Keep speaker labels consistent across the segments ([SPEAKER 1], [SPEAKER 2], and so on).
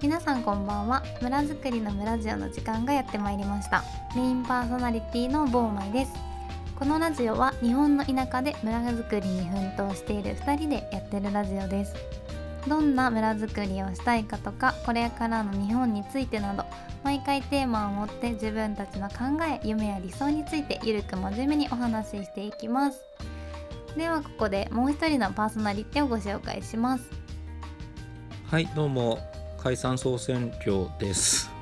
[SPEAKER 1] 皆さんこんばんは村づくりの村ジオの時間がやってまいりましたメインパーソナリティのボーマイですこのラジオは日本の田舎で村づくりに奮闘している2人でやってるラジオですどんな村づくりをしたいかとかこれからの日本についてなど毎回テーマを持って自分たちの考え夢や理想についてゆるく真面目にお話ししていきますではここでもう一人のパーソナリティをご紹介します
[SPEAKER 2] はい、どうも解散総選挙です。よ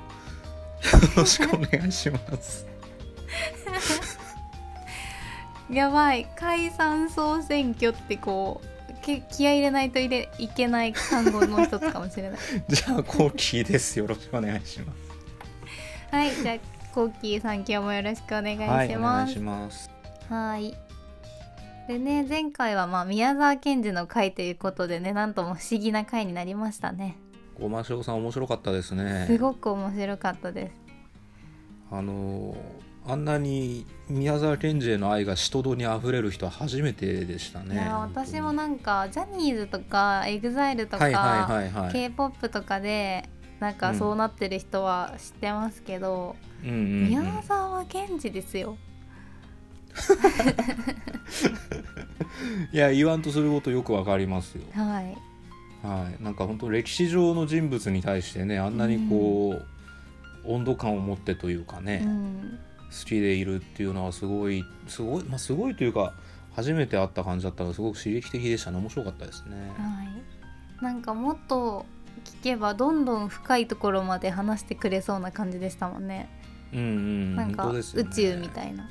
[SPEAKER 2] ろしくお願いし ます。
[SPEAKER 1] やばい解散総選挙ってこうけ気合い入れないと入れいけない単語の一つかもし れない
[SPEAKER 2] じゃあコーキーです。よろしくお願いします。
[SPEAKER 1] はいじゃあコーキーさん今日もよろしくお願いし
[SPEAKER 2] お願
[SPEAKER 1] ま
[SPEAKER 2] い
[SPEAKER 1] す
[SPEAKER 2] します。
[SPEAKER 1] はい。でね前回はまあ宮沢賢治の回ということでねなんとも不思議な回になりましたね。
[SPEAKER 2] ごましょうさん面白かったですね。
[SPEAKER 1] すごく面白かったです。
[SPEAKER 2] あのーあんなに宮沢賢治への愛が人とに溢れる人は初めてでしたね。
[SPEAKER 1] いや私も
[SPEAKER 2] な
[SPEAKER 1] なんかジャニーズとか EXILE とか、
[SPEAKER 2] はいはいはいはい。
[SPEAKER 1] K-POP とかでなんかそうなってる人は知ってますけど、
[SPEAKER 2] うんうんうん
[SPEAKER 1] 宮沢賢治ですよ。
[SPEAKER 2] いや言わんとすることよくわかりますよ。
[SPEAKER 1] はい。
[SPEAKER 2] はい、なんか本当歴史上の人物に対してねあんなにこう、温度感を持ってというかね、
[SPEAKER 1] うん。
[SPEAKER 2] 好きでいるっていうのはすごいすごい、まあ、すごいというか初めて会った感じだったのですごく刺激的でしたね面白かったですね。
[SPEAKER 1] はい。なんかもっと聞けばどんどん深いところまで話してくれそうな感じでしたもんね。
[SPEAKER 2] うんうん、
[SPEAKER 1] なんか
[SPEAKER 2] 本当ですよ
[SPEAKER 1] 宇
[SPEAKER 2] ね
[SPEAKER 1] 宙みたいな。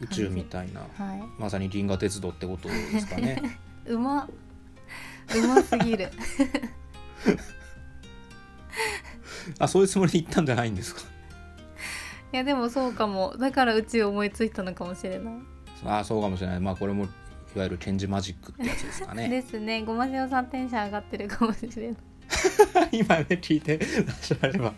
[SPEAKER 2] 宇宙みたいな
[SPEAKER 1] はい。
[SPEAKER 2] まさに銀河鉄道ってことですかね。
[SPEAKER 1] うま。うますぎる。
[SPEAKER 2] あそういうつもりで行ったんじゃないんですか。
[SPEAKER 1] いやでもそうかも。だから宇宙思いついたのかもしれない。
[SPEAKER 2] あそうかもしれないまあこれもいわゆるケンジマジックってやつですかね。
[SPEAKER 1] ですね。ごま塩さんテンション上がってるかもしれない。
[SPEAKER 2] 今ね聞いてらっしゃれば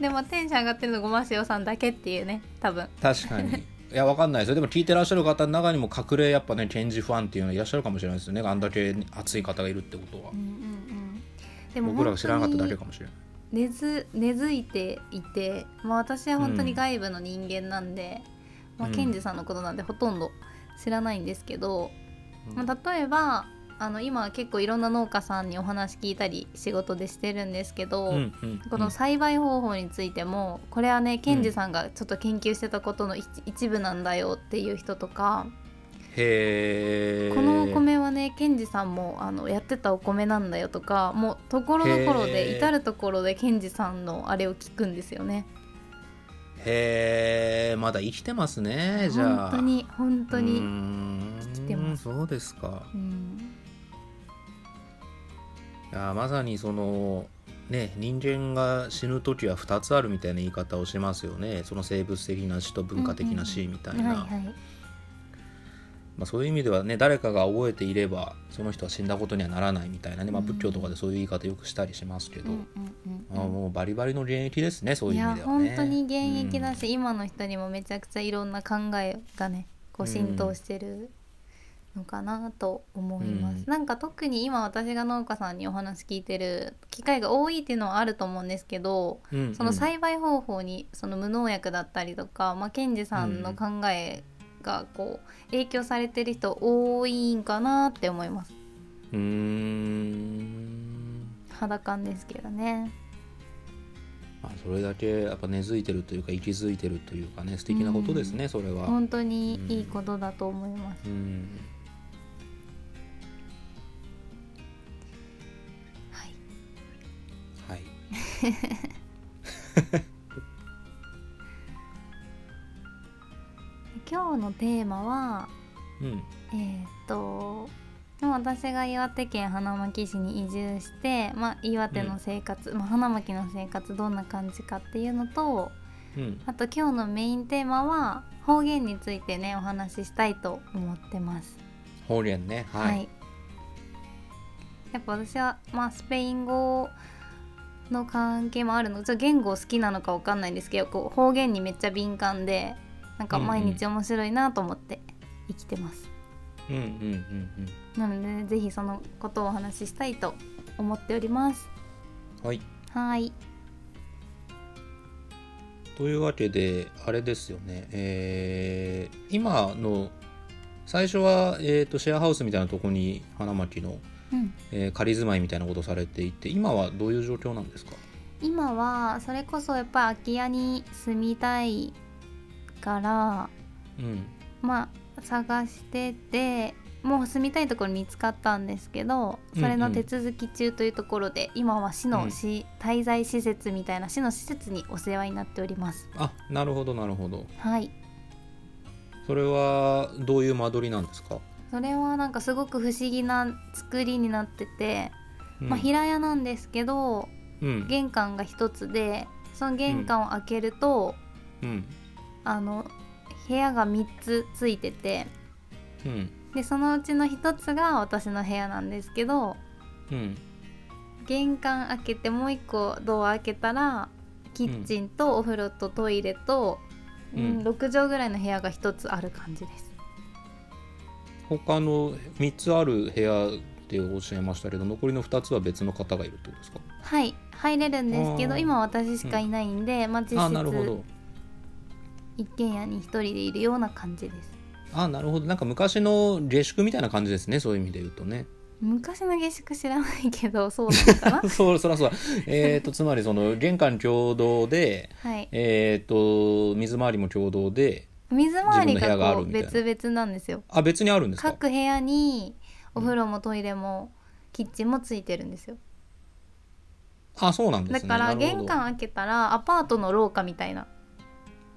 [SPEAKER 1] でもテンション上がってるのごま塩さんだけっていうね。多分。
[SPEAKER 2] 確か に。いや、わかんないですよ。でも聞いてらっしゃる方の中にも隠れ、やっぱね、ケンジファンっていうのはいらっしゃるかもしれないですよね。あんだけ熱い方がいるってことは
[SPEAKER 1] うん。うんうん。でも
[SPEAKER 2] 僕らが知らなかっただけ
[SPEAKER 1] 本
[SPEAKER 2] かもしれない。
[SPEAKER 1] 当に根付根付いていて、まあ私は本当に外部の人間なんで、まあ
[SPEAKER 2] うん
[SPEAKER 1] ケンジさんのことなんでほとんど知らないんですけど。
[SPEAKER 2] う
[SPEAKER 1] ま
[SPEAKER 2] ん
[SPEAKER 1] あ、例えばあの今結構いろんな農家さんにお話聞いたり仕事でしてるんですけど、
[SPEAKER 2] うんうん
[SPEAKER 1] この栽培方法についてもこれはねケンジさんがちょっと研究してたことの一,、一部なんだよっていう人とか、
[SPEAKER 2] へー
[SPEAKER 1] このお米はねケンジさんもあのやってたお米なんだよとかもうところどころ
[SPEAKER 2] へ
[SPEAKER 1] で
[SPEAKER 2] ー
[SPEAKER 1] 至るところでケンジさんのあれを聞くんですよね。
[SPEAKER 2] へーまだ生きてますね、じゃあ。
[SPEAKER 1] 本当に本当
[SPEAKER 2] うー
[SPEAKER 1] に、
[SPEAKER 2] ん
[SPEAKER 1] 生きてます
[SPEAKER 2] そうですか。
[SPEAKER 1] うん
[SPEAKER 2] いや、まさにその、ね、人間が死ぬ時は2つあるみたいな言い方をしますよねその生物的な死と文化的な死みたいな、
[SPEAKER 1] はいはい
[SPEAKER 2] まあ、そういう意味ではね誰かが覚えていればその人は死んだことにはならないみたいなね、まあ、
[SPEAKER 1] うん
[SPEAKER 2] 仏教とかでそういう言い方よくしたりしますけ
[SPEAKER 1] う
[SPEAKER 2] ど、
[SPEAKER 1] んうんうんうん
[SPEAKER 2] ああもうバリバリの現役ですねそういう
[SPEAKER 1] い
[SPEAKER 2] 意
[SPEAKER 1] や
[SPEAKER 2] 味ではね。
[SPEAKER 1] 本当に現役だし、今の人にもめちゃくちゃいろんな考えがねこう浸透してるのかなと思います、
[SPEAKER 2] うん
[SPEAKER 1] なんか特に今私が農家さんにお話聞いてる機会が多いっていうのはあると思うんですけど
[SPEAKER 2] うん、うん
[SPEAKER 1] その栽培方法にその無農薬だったりとか、まあ、ケンジさんの考えがこう影響されてる人多いんかなって思います
[SPEAKER 2] うーん
[SPEAKER 1] 肌感ですけどね
[SPEAKER 2] まあ、それだけやっぱ根付いてるというか息づいてるというかね素敵なことですね、それは。
[SPEAKER 1] 本当にいいことだと思います
[SPEAKER 2] うん
[SPEAKER 1] はい
[SPEAKER 2] はい
[SPEAKER 1] 今日のテーマは
[SPEAKER 2] うん
[SPEAKER 1] えーっとでも私が岩手県花巻市に移住して、まあ、岩手の生活、まあ、花巻の生活どんな感じかっていうのと
[SPEAKER 2] うん
[SPEAKER 1] あと今日のメインテーマは方言についてねお話ししたいと思ってます。
[SPEAKER 2] 方言ねはい、
[SPEAKER 1] やっぱ私は、まあ、スペイン語の関係もあるのちょっと言語好きなのかわかんないんですけどこう方言にめっちゃ敏感でなんか毎日面白いなと思って生きてます。
[SPEAKER 2] うんうんうんうん
[SPEAKER 1] なので、ね、ぜひそのことをお話ししたいと思っております。
[SPEAKER 2] はい
[SPEAKER 1] はい
[SPEAKER 2] というわけであれですよねえー今の最初は、えー、とシェアハウスみたいなとこに花巻の、
[SPEAKER 1] うん
[SPEAKER 2] えー仮住まいみたいなことされていて今はどういう状況なんですか
[SPEAKER 1] 今はそれこそやっぱり空き家に住みたいから
[SPEAKER 2] うん
[SPEAKER 1] まあ探しててもう住みたいところ見つかったんですけどそれの手続き中というところで、今は市
[SPEAKER 2] う
[SPEAKER 1] の
[SPEAKER 2] ん
[SPEAKER 1] 市、滞在施設みたいな市の施設にお世話になっております
[SPEAKER 2] あなるほどなるほど
[SPEAKER 1] はい
[SPEAKER 2] それはどういう間取りなんですか、
[SPEAKER 1] それはなんかすごく不思議な作りになってて、
[SPEAKER 2] うん
[SPEAKER 1] まあ平屋なんですけど
[SPEAKER 2] うん
[SPEAKER 1] 玄関が一つでその玄関を開けると、
[SPEAKER 2] うん
[SPEAKER 1] あの部屋が3つついてて
[SPEAKER 2] うん
[SPEAKER 1] でそのうちの1つが私の部屋なんですけど
[SPEAKER 2] うん
[SPEAKER 1] 玄関開けてもう1個ドア開けたらキッチンとお風呂とトイレと、う
[SPEAKER 2] う
[SPEAKER 1] んん6畳ぐらいの部屋が1つある感じです。
[SPEAKER 2] 他の3つある部屋っておっしゃいましたけど残りの2つは別の方がいるってことですか
[SPEAKER 1] はい入れるんですけ
[SPEAKER 2] あ
[SPEAKER 1] ど
[SPEAKER 2] ー
[SPEAKER 1] 今私しかいないんで、まあ実
[SPEAKER 2] あなるほ
[SPEAKER 1] 質
[SPEAKER 2] ど
[SPEAKER 1] 一軒家に一人でいるような感じです
[SPEAKER 2] あなるほどなんか昔の下宿みたいな感じですねそういう意味で言うとね
[SPEAKER 1] 昔の下宿知らないけどそうなのか な
[SPEAKER 2] そうそらそうだえっとつまりその玄関共同で
[SPEAKER 1] はい
[SPEAKER 2] えっ、と水回りも共同で
[SPEAKER 1] 水回り
[SPEAKER 2] 自分の部屋があ
[SPEAKER 1] がこ
[SPEAKER 2] る
[SPEAKER 1] う
[SPEAKER 2] みたいな
[SPEAKER 1] 別々なんですよ
[SPEAKER 2] あ別にあるんですか
[SPEAKER 1] 各部屋にお風呂もトイレもキッチンもついてるんですよ
[SPEAKER 2] あそうなんです
[SPEAKER 1] だ
[SPEAKER 2] ね
[SPEAKER 1] から
[SPEAKER 2] なるほど
[SPEAKER 1] 玄関開けたらアパートの廊下みたいな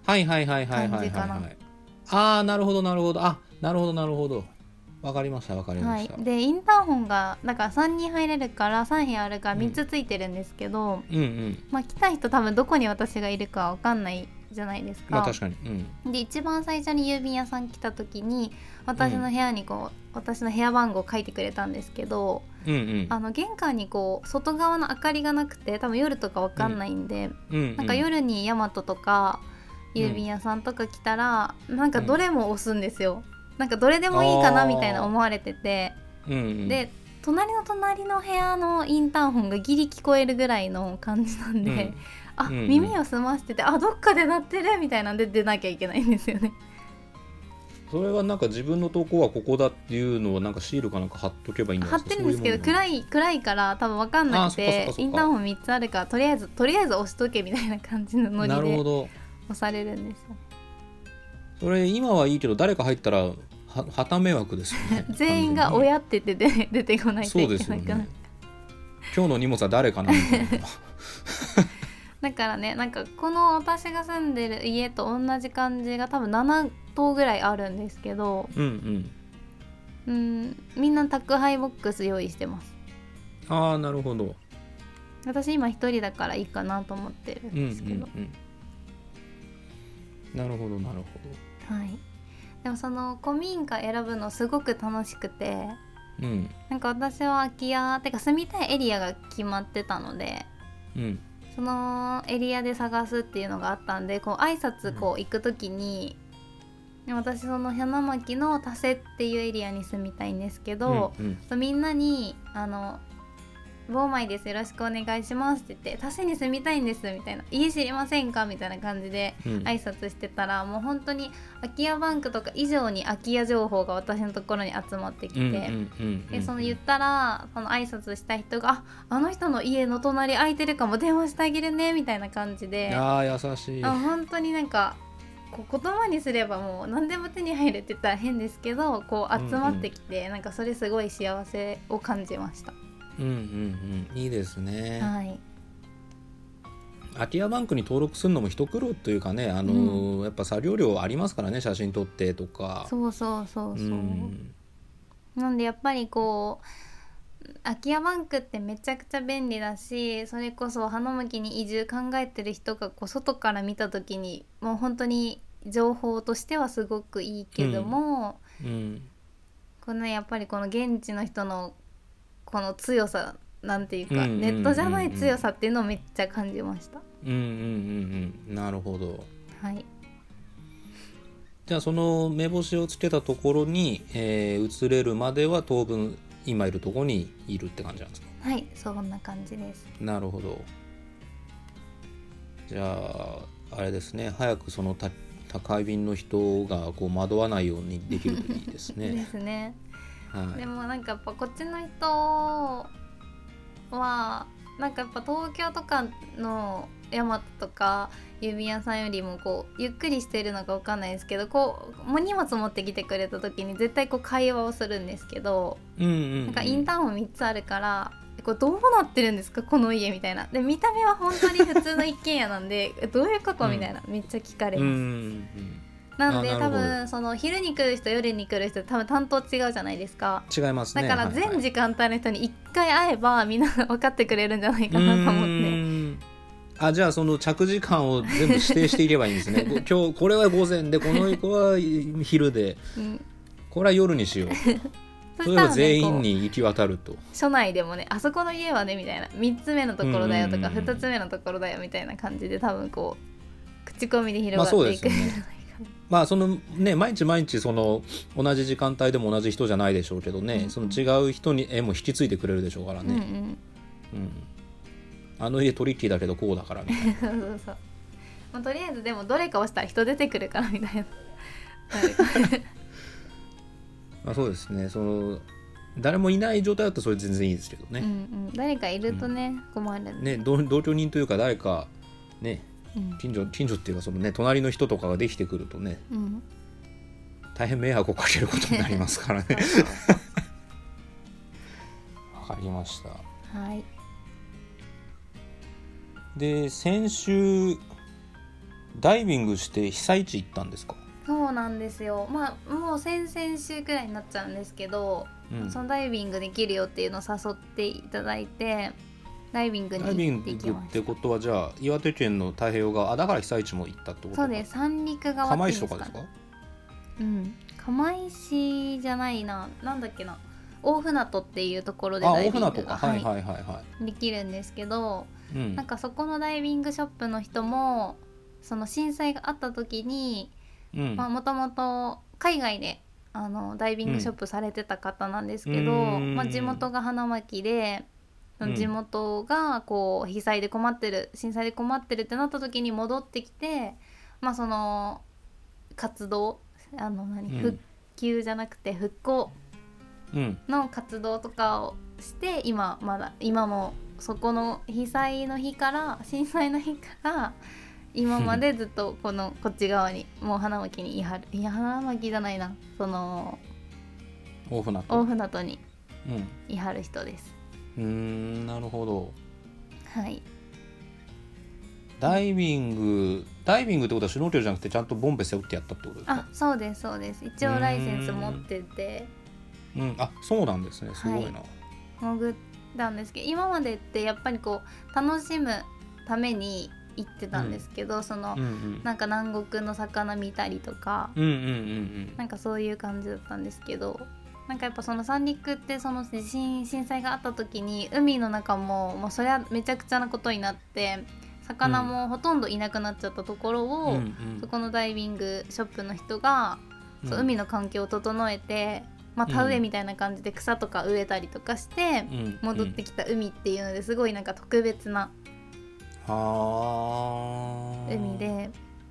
[SPEAKER 2] はいはいはいはいはいはい、
[SPEAKER 1] 感じ
[SPEAKER 2] は
[SPEAKER 1] か
[SPEAKER 2] い、ああなるほどなるほどあなるほどなるほどわかりましたわかりま
[SPEAKER 1] は
[SPEAKER 2] し
[SPEAKER 1] い
[SPEAKER 2] た、
[SPEAKER 1] でインターホンがだから3人入れるから3部屋あるから
[SPEAKER 2] うん
[SPEAKER 1] 3つついてるんですけど、
[SPEAKER 2] うんうん
[SPEAKER 1] まあ来た人多分どこに私がいるかわかんないじゃないですか,、
[SPEAKER 2] まあ確かにうん
[SPEAKER 1] で一番最初に郵便屋さん来た時に私の部屋にこう、私の部屋番号を書いてくれたんですけど
[SPEAKER 2] うんうん
[SPEAKER 1] あの玄関にこう外側の明かりがなくて多分夜とかわかんないんで、
[SPEAKER 2] うんうん
[SPEAKER 1] なんか夜にヤマトとか
[SPEAKER 2] うん
[SPEAKER 1] 郵便屋さんとか来たら、なんかどれも押すんですよ。なんかどれでもいいかな
[SPEAKER 2] あー
[SPEAKER 1] みたいな思われてて、
[SPEAKER 2] うんうん、
[SPEAKER 1] で隣の隣の部屋のインターホンがギリ聞こえるぐらいの感じなんで、
[SPEAKER 2] うん
[SPEAKER 1] あ、
[SPEAKER 2] うんうん
[SPEAKER 1] 耳を澄ましててあどっかで鳴ってるみたいなんで出なきゃいけないんですよね。
[SPEAKER 2] それはなんか自分の投稿はここだっていうのをなんかシールかなんか貼っとけばいいんじゃな
[SPEAKER 1] 貼
[SPEAKER 2] い
[SPEAKER 1] っ
[SPEAKER 2] ですか
[SPEAKER 1] てるんですけど
[SPEAKER 2] そういうもの
[SPEAKER 1] 暗い暗いから多分分かんなく
[SPEAKER 2] あーそっかそ
[SPEAKER 1] て
[SPEAKER 2] っかそっか
[SPEAKER 1] インターホン3つあるからとりあえずとりあえず押しとけみたいな感じのノ
[SPEAKER 2] な
[SPEAKER 1] リ
[SPEAKER 2] る
[SPEAKER 1] で
[SPEAKER 2] ほど
[SPEAKER 1] 押されるんですよ。
[SPEAKER 2] それ今はいいけど誰か入ったらははた迷惑ですよね
[SPEAKER 1] 全員が
[SPEAKER 2] 完全に
[SPEAKER 1] 親って出て出てこないと
[SPEAKER 2] そう
[SPEAKER 1] い
[SPEAKER 2] で
[SPEAKER 1] け
[SPEAKER 2] すよ
[SPEAKER 1] なくなる、
[SPEAKER 2] ね今日の荷物は誰かなみたいな
[SPEAKER 1] だからねなんかこの私が住んでる家と同じ感じが多分7棟ぐらいあるんですけど
[SPEAKER 2] うんう
[SPEAKER 1] う
[SPEAKER 2] ん
[SPEAKER 1] んみんな宅配ボックス用意してます
[SPEAKER 2] ああなるほど
[SPEAKER 1] 私今一人だからいいかなと思ってるん
[SPEAKER 2] うんうん
[SPEAKER 1] ですけど、
[SPEAKER 2] うんなるほどなるほ
[SPEAKER 1] はいでもその古民家選ぶのすごく楽しくて
[SPEAKER 2] どうん
[SPEAKER 1] なんか私は空き家てか住みたいエリアが決まってたので
[SPEAKER 2] うん
[SPEAKER 1] そのエリアで探すっていうのがあったんでこう挨拶こう行く時に、私その花巻の多瀬っていうエリアに住みたいんですけど、
[SPEAKER 2] うんうん
[SPEAKER 1] みんなに「あのボーマイですよろしくお願いします」って言って「多瀬に住みたいんです」みたいな「家知りませんか?」みたいな感じで
[SPEAKER 2] うん
[SPEAKER 1] 挨拶してたらもう本当に空き家バンクとか以上に空き家情報が私のところに集まってきて。
[SPEAKER 2] うんうんうん
[SPEAKER 1] でその言ったらその挨拶した人が「ああの人の家の隣空いてるかも電話してあげるね」みたいな感じであ
[SPEAKER 2] ああ優しい
[SPEAKER 1] 本当になんかこう言葉にすればもう何でも手に入るって言ったら変ですけどこう集まってきて、なんかそれすごい幸せを感じました。
[SPEAKER 2] うんうんうんいいですね
[SPEAKER 1] はい、
[SPEAKER 2] 空き家バンクに登録するのも一苦労というかね、あのーやっぱ作業量ありますからね写真撮ってとか
[SPEAKER 1] そうそうそうそう、
[SPEAKER 2] ん
[SPEAKER 1] なんでやっぱりこう空き家バンクってめちゃくちゃ便利だしそれこそ花巻に移住考えてる人がこう外から見た時にもう本当に情報としてはすごくいいけども、
[SPEAKER 2] うん
[SPEAKER 1] このやっぱりこの現地の人のこの強さなんていうか、
[SPEAKER 2] うんうんうんうん
[SPEAKER 1] ネットじゃない強さっていうのをめっちゃ感じました。
[SPEAKER 2] うんうんうんうんなるほど
[SPEAKER 1] はい、
[SPEAKER 2] じゃあその目星をつけたところに、えー移れるまでは当分今いるとこにいるって感じなんですね
[SPEAKER 1] はいそんな感じです
[SPEAKER 2] なるほどじゃああれですね早くそのた宅配便の人がこう惑わないようにできるといいです
[SPEAKER 1] で
[SPEAKER 2] ね。
[SPEAKER 1] すね
[SPEAKER 2] は
[SPEAKER 1] で
[SPEAKER 2] い、
[SPEAKER 1] もなんかやっぱこっちの人はなんかやっぱ東京とかのヤマトとか郵便屋さんよりもこうゆっくりしてるのかわかんないですけどこうもう荷物持ってきてくれた時に絶対こう会話をするんですけど
[SPEAKER 2] うんうんうん
[SPEAKER 1] なんかインターホン3つあるから。これどうなってるんですかこの家みたいなで見た目は本当に普通の一軒家なんで えどういうことみたいな、めっちゃ聞かれ
[SPEAKER 2] うんう
[SPEAKER 1] ます、な
[SPEAKER 2] ん
[SPEAKER 1] んで
[SPEAKER 2] あな
[SPEAKER 1] 多
[SPEAKER 2] るほど
[SPEAKER 1] 分その昼に来る人夜に来る人多分担当違うじゃないですか
[SPEAKER 2] うん、違いますね。
[SPEAKER 1] だから
[SPEAKER 2] はいは
[SPEAKER 1] 全
[SPEAKER 2] い
[SPEAKER 1] 時間帯の人に1回会えばみんな 分かってくれるんじゃないかなと思
[SPEAKER 2] う
[SPEAKER 1] って
[SPEAKER 2] ーんあじゃあその着時間を全部指定していればいいんです ねこ今日これは午前でこの子は昼で
[SPEAKER 1] うん
[SPEAKER 2] これは夜にしよう
[SPEAKER 1] そ
[SPEAKER 2] そ
[SPEAKER 1] し
[SPEAKER 2] れ
[SPEAKER 1] た
[SPEAKER 2] は
[SPEAKER 1] らね
[SPEAKER 2] 全
[SPEAKER 1] こ
[SPEAKER 2] 員
[SPEAKER 1] う
[SPEAKER 2] に行き渡ると
[SPEAKER 1] 署内でもねあそこの家はねみたいな3つ目のところだよとか
[SPEAKER 2] うんうんうん
[SPEAKER 1] 2つ目のところだよみたいな感じで多分こう口コミで広
[SPEAKER 2] まあ
[SPEAKER 1] が
[SPEAKER 2] そう
[SPEAKER 1] って
[SPEAKER 2] で
[SPEAKER 1] い
[SPEAKER 2] す
[SPEAKER 1] く
[SPEAKER 2] よ
[SPEAKER 1] んじゃな
[SPEAKER 2] ね
[SPEAKER 1] いかな、
[SPEAKER 2] まあそのね毎日毎日その同じ時間帯でも同じ人じゃないでしょうけどね、
[SPEAKER 1] うん
[SPEAKER 2] その違う人に絵も引き継いでくれるでしょうか らね、うんあの家トリッキーだけどこうだからみ たいな
[SPEAKER 1] うんうんそうそうそう、まあ、とりあえずでもどれか押したら人出てくるからみたいななるから
[SPEAKER 2] まあそうですねその誰もいない状態だとそれ全然いいですけど
[SPEAKER 1] うんう
[SPEAKER 2] ね,、
[SPEAKER 1] ん誰かいるとね困るんで
[SPEAKER 2] ね同同居人というか誰かね
[SPEAKER 1] うん
[SPEAKER 2] 近所近所っていうかそのね隣の人とかができてくるとね
[SPEAKER 1] うん
[SPEAKER 2] 大変迷惑をかけることになりますからね わかりました
[SPEAKER 1] はい
[SPEAKER 2] で先週ダイビングして被災地行ったんですか、
[SPEAKER 1] そうなんですよまあもう先々週くらいになっちゃうんですけど、
[SPEAKER 2] うん
[SPEAKER 1] そのダイビングできるよっていうのを誘っていただいてダイビングに
[SPEAKER 2] ダイビ
[SPEAKER 1] 行っ
[SPEAKER 2] ン
[SPEAKER 1] て
[SPEAKER 2] グっ
[SPEAKER 1] きまして
[SPEAKER 2] ことはじゃあ岩手県の太平洋側あだから被災地も行ったって
[SPEAKER 1] た
[SPEAKER 2] ことか
[SPEAKER 1] そうです三陸側っていうんで
[SPEAKER 2] 釜
[SPEAKER 1] す
[SPEAKER 2] 石
[SPEAKER 1] か
[SPEAKER 2] とかですか
[SPEAKER 1] うん釜石じゃないななんだっけな大船渡っていうところで
[SPEAKER 2] あ
[SPEAKER 1] ダイ
[SPEAKER 2] 大
[SPEAKER 1] ビン
[SPEAKER 2] 船
[SPEAKER 1] グ
[SPEAKER 2] と
[SPEAKER 1] が、
[SPEAKER 2] かはい
[SPEAKER 1] は
[SPEAKER 2] はいはいはい
[SPEAKER 1] できるんですけど、
[SPEAKER 2] うん
[SPEAKER 1] なんかそこのダイビングショップの人もその震災があった時に
[SPEAKER 2] うん
[SPEAKER 1] まあもともと海外であのダイビングショップされてた方なんですけど、
[SPEAKER 2] うん
[SPEAKER 1] まあ、地元が花巻で、
[SPEAKER 2] うん
[SPEAKER 1] 地元がこう被災で困ってる震災で困ってるってなった時に戻ってきて、まあ、その活動あの何、
[SPEAKER 2] うん
[SPEAKER 1] 復旧じゃなくて復興
[SPEAKER 2] うん
[SPEAKER 1] の活動とかをして今まだ今もそこの被災の日から震災の日から今までずっとこのこっち側にもう花巻にいはるいや花巻じゃないなその
[SPEAKER 2] 大船渡
[SPEAKER 1] 大
[SPEAKER 2] う
[SPEAKER 1] 船渡に
[SPEAKER 2] ん
[SPEAKER 1] いはる人です。
[SPEAKER 2] うーんなるほど
[SPEAKER 1] はい、
[SPEAKER 2] ダイビングダイビングってことはシュノーケルじゃなくてちゃんとボンベ背負ってやったってことです
[SPEAKER 1] あ
[SPEAKER 2] か
[SPEAKER 1] そうですそうです一応ライセンス持ってて
[SPEAKER 2] うんあそうなんですねすごいな、
[SPEAKER 1] 潜ったんですけど今までってやっぱりこう楽しむために行ってたんですけど、その、
[SPEAKER 2] うんうん
[SPEAKER 1] なんか南国の魚見たりとか、
[SPEAKER 2] うんうんうん
[SPEAKER 1] なんかそういう感じだったんですけどなんかやっぱその三陸ってその地震震災があった時に海の中ももうそりゃめちゃくちゃなことになって魚もほとんどいなくなっちゃったところ
[SPEAKER 2] うん
[SPEAKER 1] を、
[SPEAKER 2] うんうん
[SPEAKER 1] そこのダイビングショップの人が、そう海の環境を整えて、まあ、田植えみたいな感じで草とか植えたりとかして、
[SPEAKER 2] うん
[SPEAKER 1] 戻ってきた海っていうのですごいなんか特別な
[SPEAKER 2] はあ
[SPEAKER 1] 海で。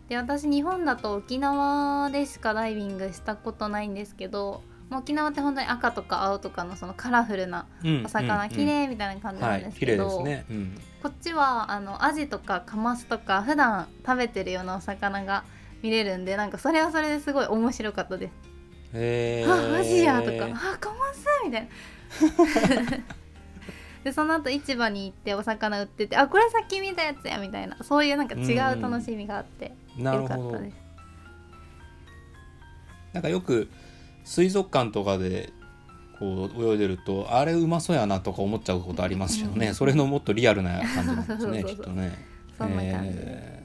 [SPEAKER 1] で私日本だと沖縄でしかダイビングしたことないんですけどもう沖縄って本当に赤とか青とかのそのカラフルなお魚綺麗みたいな感じな
[SPEAKER 2] は
[SPEAKER 1] んで
[SPEAKER 2] い
[SPEAKER 1] すけ
[SPEAKER 2] 綺麗
[SPEAKER 1] ど、
[SPEAKER 2] ですね、うん、
[SPEAKER 1] こっちはあのアジとかカマスとか普段食べてるようなお魚が見れるんでなんかそれはそれですごい面白かったです。
[SPEAKER 2] へ
[SPEAKER 1] あアジやとかあカマスみたいな。 でその後市場に行ってお魚売っててあこれさっき見たやつやみたいなそういうなんか違う楽しみがあって
[SPEAKER 2] な
[SPEAKER 1] よ
[SPEAKER 2] る
[SPEAKER 1] か
[SPEAKER 2] ほ
[SPEAKER 1] った
[SPEAKER 2] ど
[SPEAKER 1] です。
[SPEAKER 2] なんかよく水族館とかでこう泳いでるとあれうまそうやなとか思っちゃうことありますけどね、それのもっとリアルな感じなんですね
[SPEAKER 1] そうそうそう
[SPEAKER 2] きっとね
[SPEAKER 1] そんな感じで
[SPEAKER 2] へ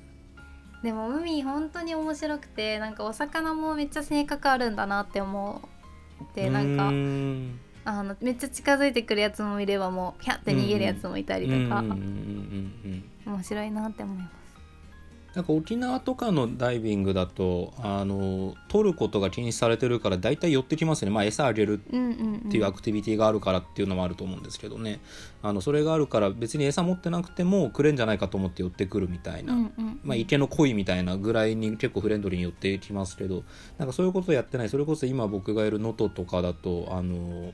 [SPEAKER 1] でも海本当に面白くてなんかお魚もめっちゃ性格あるんだなって思って
[SPEAKER 2] ー
[SPEAKER 1] なん
[SPEAKER 2] う
[SPEAKER 1] か
[SPEAKER 2] ん
[SPEAKER 1] あのめっちゃ近づいてくるやつもいればもうピャって逃げるやつもいたり
[SPEAKER 2] うんうんうん
[SPEAKER 1] とか
[SPEAKER 2] うん
[SPEAKER 1] 面白いなって思います。
[SPEAKER 2] なんか沖縄とかのダイビングだとあの取ることが禁止されてるから大体寄ってきますよね、まあ、餌あげる
[SPEAKER 1] うんうん、うん、
[SPEAKER 2] っていうアクティビティがあるからっていうのもあると思うんですけどねあのそれがあるから別に餌持ってなくてもくれんじゃないかと思って寄ってくるみたいな、
[SPEAKER 1] うんうん
[SPEAKER 2] まあ、池の鯉みたいなぐらいに結構フレンドリーに寄ってきますけどなんかそういうことやってないそれこそ今僕がいる能登とかだとあの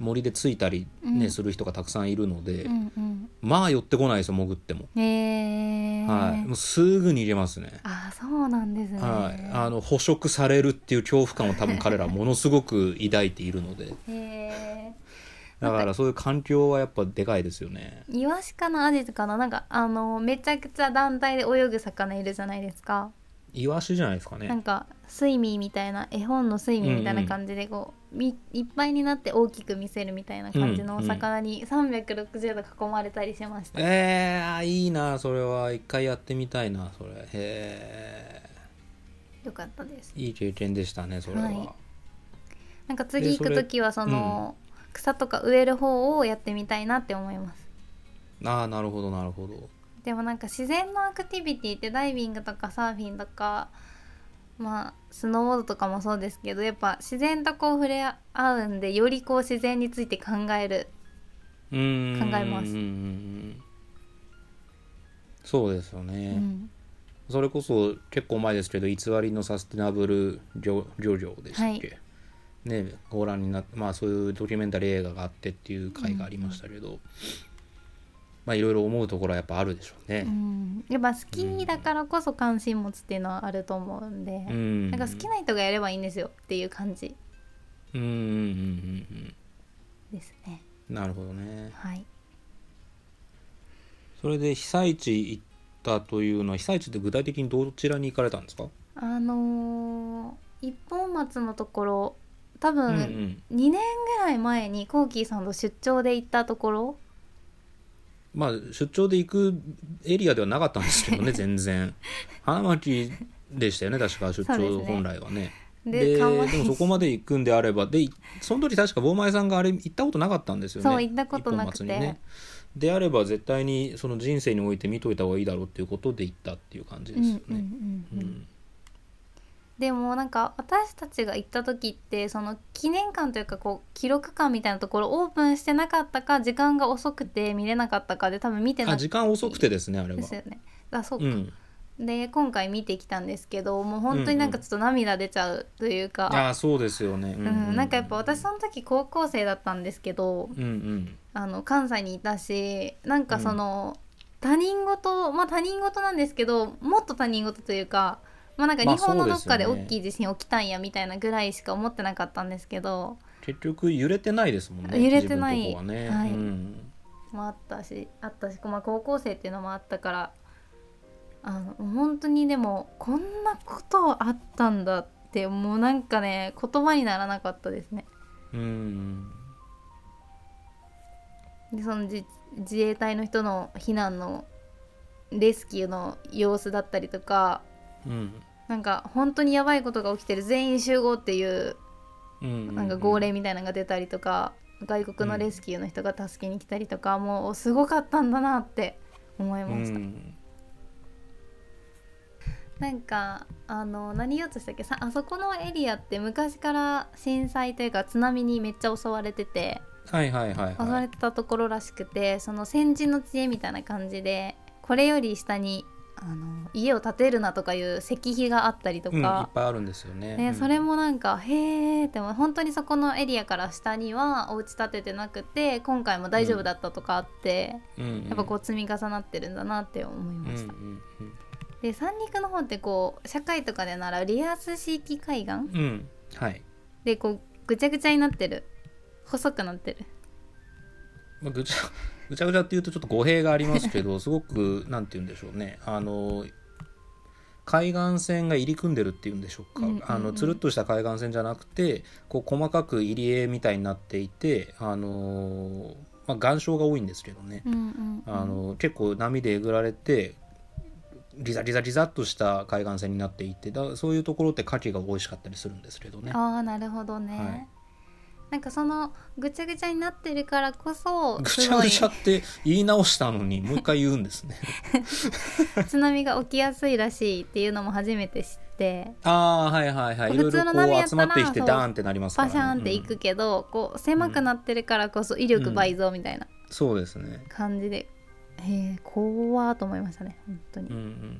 [SPEAKER 2] 森でついたり、ね
[SPEAKER 1] うん
[SPEAKER 2] する人がたくさんいるので、
[SPEAKER 1] うん
[SPEAKER 2] まあ寄ってこないですよ潜っても。
[SPEAKER 1] うんへえ
[SPEAKER 2] はい、もうすぐ逃げますね。
[SPEAKER 1] ああそうなんですね
[SPEAKER 2] はい、あの捕食されるっていう恐怖感を多分彼らはものすごく抱いている ので
[SPEAKER 1] へえ
[SPEAKER 2] だからそういう環境はやっぱでかいですよね。
[SPEAKER 1] イワシかなアジかななんかあのめちゃくちゃ団体で泳ぐ魚いるじゃないですか、
[SPEAKER 2] イワシじゃないですか
[SPEAKER 1] な
[SPEAKER 2] ね
[SPEAKER 1] ん。かスイミーみたいな絵本のスイミーみたいな感じでこう、みいっぱいになって大きく見せるみたいな感じのお魚に360度囲まれたりしました、
[SPEAKER 2] えー、いいなそれは一回やってみたいなそれへえ
[SPEAKER 1] よかったです
[SPEAKER 2] いい経験でしたねそれは、
[SPEAKER 1] はいなんか次行
[SPEAKER 2] でそ
[SPEAKER 1] く
[SPEAKER 2] れ
[SPEAKER 1] 時はその草とか植える方をやってみたいなって思います
[SPEAKER 2] ああなるほどなるほど
[SPEAKER 1] でもなんか自然のアクティビティってダイビングとかサーフィンとかまあスノーボードとかもそうですけどやっぱ自然とこう触れ合うんでよりこう自然について考える
[SPEAKER 2] うーん
[SPEAKER 1] 考えます
[SPEAKER 2] うんうんうんそうですよね、
[SPEAKER 1] うん
[SPEAKER 2] それこそ結構前ですけど偽りのサステナブル漁漁業でしたっけ、ねご覧になってまあそういうドキュメンタリー映画があってっていう回がありましたけど、まあいろいろ思うところはやっぱあるでしょうね
[SPEAKER 1] う、ん、やっぱ好きだからこそ関心持つっていうのはあると思うんで、
[SPEAKER 2] うん
[SPEAKER 1] なんか好きな人がやればいいんですよっていう感じ
[SPEAKER 2] うんうんうんうん
[SPEAKER 1] ですね
[SPEAKER 2] うんなるほどね
[SPEAKER 1] はい
[SPEAKER 2] それで被災地行ったというのは被災地って具体的にどちらに行かれたんですか
[SPEAKER 1] あのー一本松のところ多
[SPEAKER 2] うんう
[SPEAKER 1] 分
[SPEAKER 2] ん
[SPEAKER 1] 2年ぐらい前にコーキーさんと出張で行ったところ
[SPEAKER 2] まあ出張で行くエリアではなかったんですけ どね全然花巻でしたよね確か出
[SPEAKER 1] そうです
[SPEAKER 2] 張
[SPEAKER 1] ね
[SPEAKER 2] 本来はね
[SPEAKER 1] で
[SPEAKER 2] でで
[SPEAKER 1] 釜
[SPEAKER 2] も
[SPEAKER 1] 石
[SPEAKER 2] そこまで行くんであればでいその時確か坊前さんがあれ行ったことなかったんですよね
[SPEAKER 1] そう行ったことなくて
[SPEAKER 2] 一本松にねであれば絶対にその人生において見といた方がいいだろうっていうことで行ったっていう感じですよ
[SPEAKER 1] うん
[SPEAKER 2] ね
[SPEAKER 1] うんうんうんでもなんか私たちが行った時ってその記念館というかこう記録館みたいなところオープンしてなかったか時間が遅くて見れなかったかで多分見て
[SPEAKER 2] う
[SPEAKER 1] な
[SPEAKER 2] ん
[SPEAKER 1] か
[SPEAKER 2] あ
[SPEAKER 1] っ
[SPEAKER 2] 時間遅くてですねあれ
[SPEAKER 1] た
[SPEAKER 2] は
[SPEAKER 1] ですよね。あそう
[SPEAKER 2] う
[SPEAKER 1] か、
[SPEAKER 2] ん
[SPEAKER 1] で今回見てきたんですけどもう本当になんかちょっと涙出ちゃうというか、
[SPEAKER 2] ああそうですよね
[SPEAKER 1] うんなんかやっぱ私その時高校生だったんですけど
[SPEAKER 2] うんうん
[SPEAKER 1] あの関西にいたしなんかその、他人事まあ他人事なんですけどもっと他人事というか。まあ、なんか
[SPEAKER 2] まあ
[SPEAKER 1] 日本のどっかで
[SPEAKER 2] そうですよね
[SPEAKER 1] 大きい地震起きたんやみたいなぐらいしか思ってなかったんですけど、
[SPEAKER 2] 結局揺れてないですもんね
[SPEAKER 1] 揺れてない
[SPEAKER 2] 自分のとこはね、
[SPEAKER 1] はい
[SPEAKER 2] うん
[SPEAKER 1] もあったしあったし、まあ、高校生っていうのもあったからあの本当にでもこんなことあったんだってもうなんかね言葉にならなかったですね。
[SPEAKER 2] うん
[SPEAKER 1] でその自自衛隊の人の避難のレスキューの様子だったりとか
[SPEAKER 2] うん
[SPEAKER 1] なんか本当にやばいことが起きてる全員集合っていう
[SPEAKER 2] うん
[SPEAKER 1] なんか号令みたいなのが出たりとか外国のレスキューの人が助けに来たりとか、もうすごかったんだなって思いました。
[SPEAKER 2] うん
[SPEAKER 1] なんかあの何言おうとしたっけさあそこのエリアって昔から震災というか津波にめっちゃ襲われてて
[SPEAKER 2] はいはいはい
[SPEAKER 1] 襲わ
[SPEAKER 2] は
[SPEAKER 1] れ
[SPEAKER 2] い
[SPEAKER 1] てたところらしくて、その先人の知恵みたいな感じでこれより下にあの家を建てるなとかいう石碑があったりと
[SPEAKER 2] うんいっぱ
[SPEAKER 1] か、
[SPEAKER 2] いあるんですよねう
[SPEAKER 1] ね、
[SPEAKER 2] ん
[SPEAKER 1] それもなんかへーって思う本当にそこのエリアから下にはお家建ててなくて今回も大丈夫だったとかあって、やっぱこう積み重なってるんだなって思い
[SPEAKER 2] うん
[SPEAKER 1] ま
[SPEAKER 2] うん
[SPEAKER 1] した。
[SPEAKER 2] うん
[SPEAKER 1] で三陸の方ってこう社会とかで習うリアス式海岸
[SPEAKER 2] うんうんはい、
[SPEAKER 1] でこうぐちゃぐちゃになってる細くなってる
[SPEAKER 2] まあ、ぐちゃぐちゃぐちゃっていうとちょっと語弊がありますけどすごくなんて言うんでしょうねあの海岸線が入り組んでるっていうんでしょう
[SPEAKER 1] うん
[SPEAKER 2] か、
[SPEAKER 1] うんうん
[SPEAKER 2] あのつるっとした海岸線じゃなくてこう細かく入り江みたいになっていてあの、まあ、岩礁が多いんですけどね、
[SPEAKER 1] うんうんうん
[SPEAKER 2] あの結構波でえぐられてギザギザギザっとした海岸線になっていてだそういうところって牡蠣が美味しかったりするんですけどね
[SPEAKER 1] ああなるほどね、
[SPEAKER 2] はい
[SPEAKER 1] なんかそのぐちゃぐちゃになってるからこそ
[SPEAKER 2] ぐ
[SPEAKER 1] す
[SPEAKER 2] ちゃ
[SPEAKER 1] ご
[SPEAKER 2] ぐ
[SPEAKER 1] い
[SPEAKER 2] ちゃって言い直したのにもう一回言うんですね
[SPEAKER 1] 津波が起きやすいらしいっていうのも初めて知って
[SPEAKER 2] ああはいはいはいい
[SPEAKER 1] 普
[SPEAKER 2] ろいろ
[SPEAKER 1] 通の
[SPEAKER 2] こ
[SPEAKER 1] 波や
[SPEAKER 2] う
[SPEAKER 1] った
[SPEAKER 2] 集
[SPEAKER 1] ら
[SPEAKER 2] まってきて
[SPEAKER 1] そう
[SPEAKER 2] ダーンってなりますから
[SPEAKER 1] パ
[SPEAKER 2] ね
[SPEAKER 1] シャーンってい
[SPEAKER 2] うん
[SPEAKER 1] くけど、こう狭くなってるからこそ威力倍増みたいな
[SPEAKER 2] そうですね
[SPEAKER 1] 感じで、へえ怖ーと思いましたね本当に、
[SPEAKER 2] うんうんうん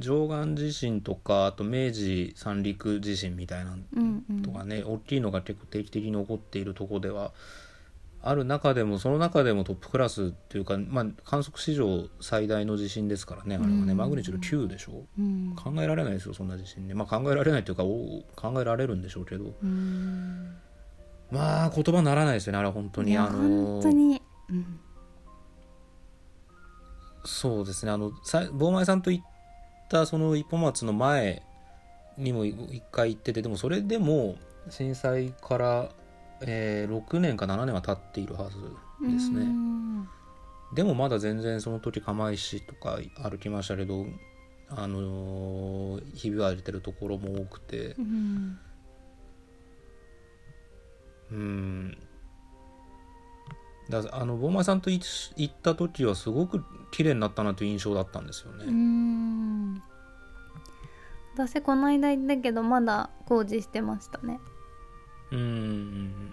[SPEAKER 2] 上岸地震とかあと明治三陸地震みたいな
[SPEAKER 1] うんうん
[SPEAKER 2] のとかね、大きいのが結構定期的に起こっているところではある中でもその中でもトップクラスっていうか、まあ、観測史上最大の地震ですからねあれはね、
[SPEAKER 1] うん
[SPEAKER 2] マグニチュード9でしょ
[SPEAKER 1] うん
[SPEAKER 2] 考えられないですよそんな地震ね、まあ、考えられないというかお考えられるんでしょうけど
[SPEAKER 1] うん
[SPEAKER 2] まあ言葉にならないですよねあれは本当
[SPEAKER 1] い
[SPEAKER 2] に
[SPEAKER 1] や
[SPEAKER 2] あの
[SPEAKER 1] 本当に、うん
[SPEAKER 2] そうですねあのさ坊前さんと行ったその一本松の前にもい一回行っててでもそれでも震災から、えー6年か7年は経っているはずです
[SPEAKER 1] う
[SPEAKER 2] ね
[SPEAKER 1] ん
[SPEAKER 2] でもまだ全然その時釜石とか歩きましたけどあのーひび割れてるところも多くて
[SPEAKER 1] うん
[SPEAKER 2] うんだあの坊前さんとい行った時はすごく綺麗になったなという印象だったんですよね、
[SPEAKER 1] うん私この間行ったけどまだ工事してましたね
[SPEAKER 2] うーん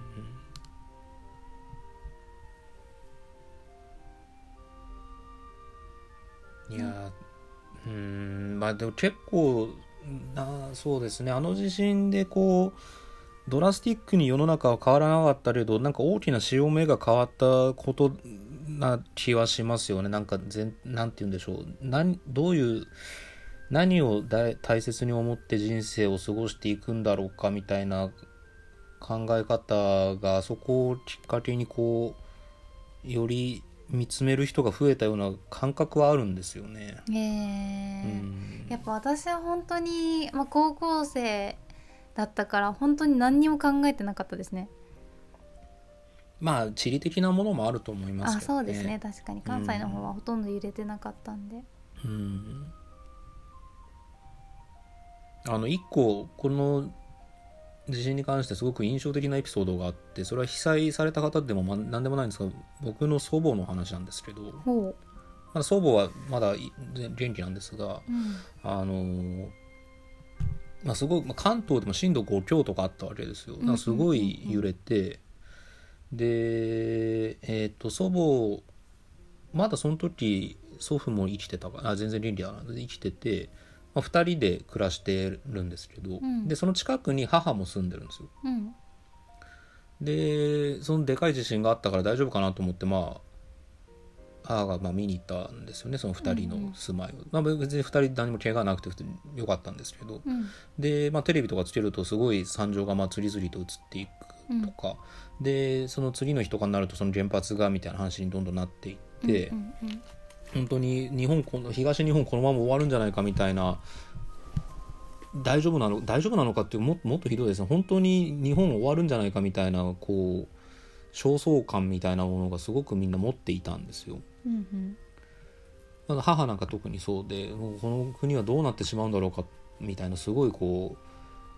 [SPEAKER 2] いやーうーんまあでも結構なそうですねあの地震でこうドラスティックに世の中は変わらなかったけどなんか大きな潮目が変わったことな気はしますよねなんか全なんて言うんでしょう何どういう何を大大切に思って人生を過ごしていくんだろうかみたいな考え方があそこをきっかけにこうより見つめる人が増えたような感覚はあるんですよね。
[SPEAKER 1] え
[SPEAKER 2] う
[SPEAKER 1] ー
[SPEAKER 2] ん
[SPEAKER 1] やっぱ私は本当に、まあ、高校生だったから本当に何にも考えてなかったですね
[SPEAKER 2] まあ地理的なものもあると思います
[SPEAKER 1] あ
[SPEAKER 2] けどね。
[SPEAKER 1] そうですね確かに関西の方はほとんど揺れてなかったんで、
[SPEAKER 2] うんあの一個この地震に関してすごく印象的なエピソードがあってそれは被災された方でもま何でもないんですが僕の祖母の話なんですけど、ま
[SPEAKER 1] ほう、
[SPEAKER 2] だ祖母はまだい元気なんですが、
[SPEAKER 1] うん、
[SPEAKER 2] あのーまあ、すごい、まあ、関東でも震度5強とかあったわけですよ。だからすごい揺れて、で、えっ、と、祖母、まだその時、祖父も生きてたから、あ全然元気だな、生きてて、まあ、2人で暮らしてるんですけど、
[SPEAKER 1] うん
[SPEAKER 2] で、その近くに母も住んでるんですよ。
[SPEAKER 1] うん
[SPEAKER 2] で、そのでかい地震があったから大丈夫かなと思って、まあ、母がまあ見に行ったんですよね、その2人の住まいを。まあ、別に2人何も怪我なくて、普通に良かったんですけど。
[SPEAKER 1] うん
[SPEAKER 2] で、まあ、テレビとかつけるとすごい惨状がまあ次々と映っていくとか、でその次の日とかになるとその原発がみたいな話にどんどんなっていって、
[SPEAKER 1] うんうん
[SPEAKER 2] 本当に日本この東日本このまま終わるんじゃないかみたいな大丈夫なの大丈夫なのかっていうももっとひどいですね本当に日本終わるんじゃないかみたいなこう焦燥感みたいなものがすごくみんな持っていたんですよ。
[SPEAKER 1] うんうん
[SPEAKER 2] まあ母なんか特にそうでもうこの国はどうなってしまうんだろうかみたいなすごいこ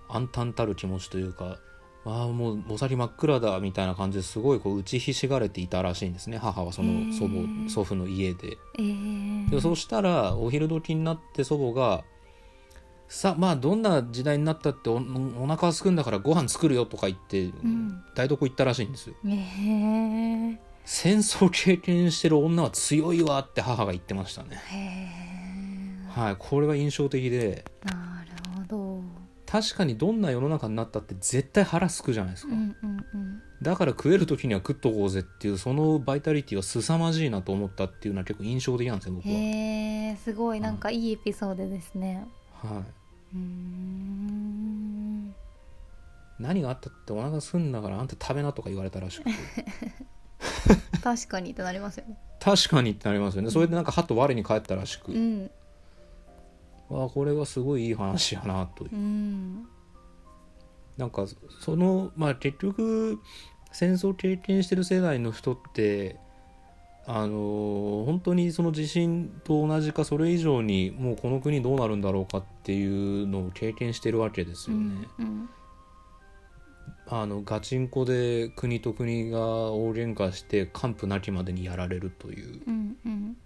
[SPEAKER 2] う暗淡たる気持ちというかああもうお先真っ暗だみたいな感じですごいこう打ちひしがれていたらしいんですね母はそ
[SPEAKER 1] へ
[SPEAKER 2] の
[SPEAKER 1] ー
[SPEAKER 2] 祖母祖父の家で
[SPEAKER 1] えー
[SPEAKER 2] でそうしたらお昼時になって祖母が「さあまあどんな時代になったっておおお腹はすくんだからご飯作るよ」とか言って、
[SPEAKER 1] ん
[SPEAKER 2] 台所行ったらしいんですよ。
[SPEAKER 1] えー
[SPEAKER 2] 戦争経験してる女は強いわって母が言ってましたね。
[SPEAKER 1] へ
[SPEAKER 2] はい、これは印象的で
[SPEAKER 1] ーなるほど
[SPEAKER 2] 確かにどんな世の中になったって絶対腹すくじゃないです
[SPEAKER 1] う
[SPEAKER 2] か、
[SPEAKER 1] んうんうん
[SPEAKER 2] だから食える時には食っとこうぜっていうそのバイタリティは凄まじいなと思ったっていうのは結構印象的なんですよ僕は、
[SPEAKER 1] へえすごいなんかいいエピソードですね
[SPEAKER 2] はい、
[SPEAKER 1] うん
[SPEAKER 2] 何があったってお腹すんだからあんた食べなとか言われたらしくて
[SPEAKER 1] 確かにってなりますよね
[SPEAKER 2] 確かにってなりますよねそれでなんかはっと我に返ったらしく、
[SPEAKER 1] うん
[SPEAKER 2] わあこれはすごいいい話やなとい
[SPEAKER 1] う
[SPEAKER 2] う
[SPEAKER 1] ん
[SPEAKER 2] なんかそのまあ結局戦争を経験してる世代の人ってあの本当にその地震と同じかそれ以上にもうこの国どうなるんだろうかっていうのを経験してるわけですよね。
[SPEAKER 1] うん
[SPEAKER 2] あのガチンコで国と国が大喧嘩して完膚なきまでにやられるという
[SPEAKER 1] うんうん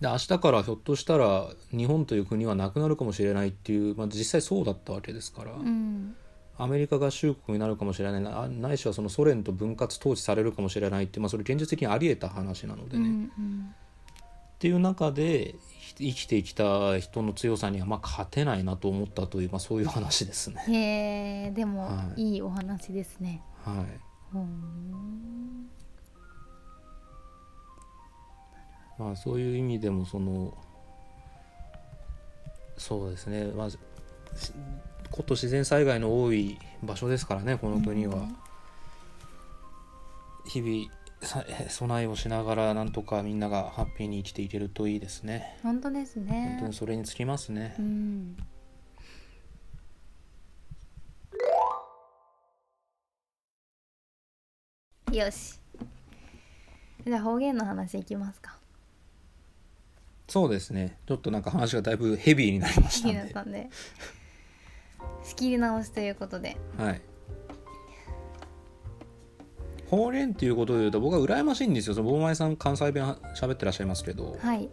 [SPEAKER 2] で明日からひょっとしたら日本という国はなくなるかもしれないっていう、まあ、実際そうだったわけですから、
[SPEAKER 1] うん
[SPEAKER 2] アメリカが州国になるかもしれないなないしはそのソ連と分割統治されるかもしれないって、まあ、それ現実的にありえた話なので
[SPEAKER 1] う
[SPEAKER 2] ね、っ
[SPEAKER 1] んうん
[SPEAKER 2] ていう中でひ生きてきた人の強さにはまあ勝てないなと思ったという、まあ、そういう話ですね。
[SPEAKER 1] へえでも、
[SPEAKER 2] はい
[SPEAKER 1] い、いお話ですね。
[SPEAKER 2] はい
[SPEAKER 1] うん
[SPEAKER 2] まあ、そういう意味でもそのそうですね、まあ、しこと自然災害の多い場所ですからねこの国は、日々さえ備えをしながらなんとかみんながハッピーに生きていけるといいですね
[SPEAKER 1] 本当です
[SPEAKER 2] 本当
[SPEAKER 1] ね
[SPEAKER 2] に。それにつきますね、
[SPEAKER 1] うん、よしじゃあ方言の話いきますか。
[SPEAKER 2] そうですねちょっとなんか話がだいぶヘビーになりました
[SPEAKER 1] ひ
[SPEAKER 2] ん
[SPEAKER 1] な
[SPEAKER 2] で
[SPEAKER 1] さんで仕切り直しということで。
[SPEAKER 2] はい方言っていうことで言うと僕は羨ましいんですよその坊前さん関西弁は喋ってらっしゃいますけど、
[SPEAKER 1] はい。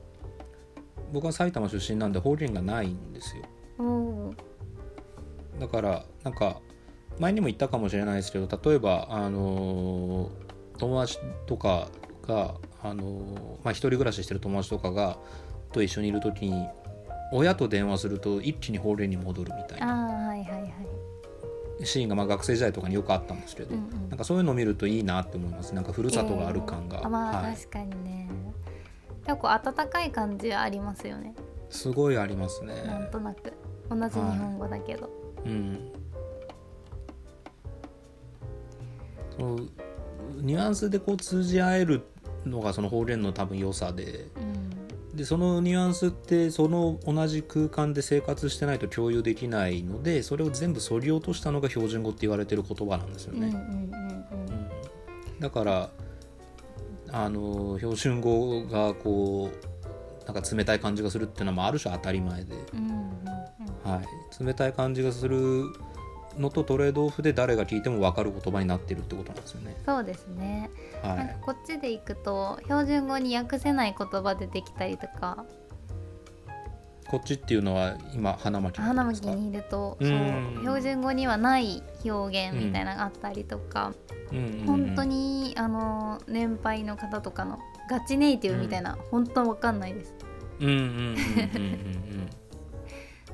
[SPEAKER 2] 僕は埼玉出身なんで方言がないんですよ
[SPEAKER 1] おお。
[SPEAKER 2] だからなんか前にも言ったかもしれないですけど例えばあのー友達とかがあのーまあ一人暮らししてる友達とかがと一緒にいる時に親と電話すると一気に方言に戻るみたい
[SPEAKER 1] ああ
[SPEAKER 2] な
[SPEAKER 1] はいはいはい。
[SPEAKER 2] シーンがまあ学生時代とかによくあったんですけど、
[SPEAKER 1] うんうん
[SPEAKER 2] なんかそういうのを見るといいなって思いますなんかふるさとがある感が、
[SPEAKER 1] えーあまあ、
[SPEAKER 2] はい、
[SPEAKER 1] 確かにね結構温かい感じはありますよね、
[SPEAKER 2] すごいありますね。
[SPEAKER 1] なんとなく同じ日本語だけど、
[SPEAKER 2] うん、そのニュアンスでこう通じ合えるのがその方言の多分良さででそのニュアンスってその同じ空間で生活してないと共有できないのでそれを全部そり落としたのが標準語って言われてる言葉なんですよ
[SPEAKER 1] うん、うんうん
[SPEAKER 2] ね。
[SPEAKER 1] うん
[SPEAKER 2] うんだからあの標準語がこうなんか冷たい感じがするっていうのはまあある種当たり前で。
[SPEAKER 1] うんうん
[SPEAKER 2] はい、冷たい感じがするのとトレードオフで誰が聞いても分かる言葉になってるってことなんですよね。
[SPEAKER 1] そうですね、
[SPEAKER 2] は
[SPEAKER 1] なんか
[SPEAKER 2] い、
[SPEAKER 1] こっちで行くと標準語に訳せない言葉出てきたりとか
[SPEAKER 2] こっちっていうのは今花巻
[SPEAKER 1] 花
[SPEAKER 2] のことです
[SPEAKER 1] 巻
[SPEAKER 2] か
[SPEAKER 1] にいると
[SPEAKER 2] う
[SPEAKER 1] そ
[SPEAKER 2] ん
[SPEAKER 1] う標準語にはない表現みたいなのがあったりとか、
[SPEAKER 2] うんうんうん
[SPEAKER 1] 本当にあの年配の方とかのガチネイティブみたいな、本当わかんないです
[SPEAKER 2] うんうんうんうんうん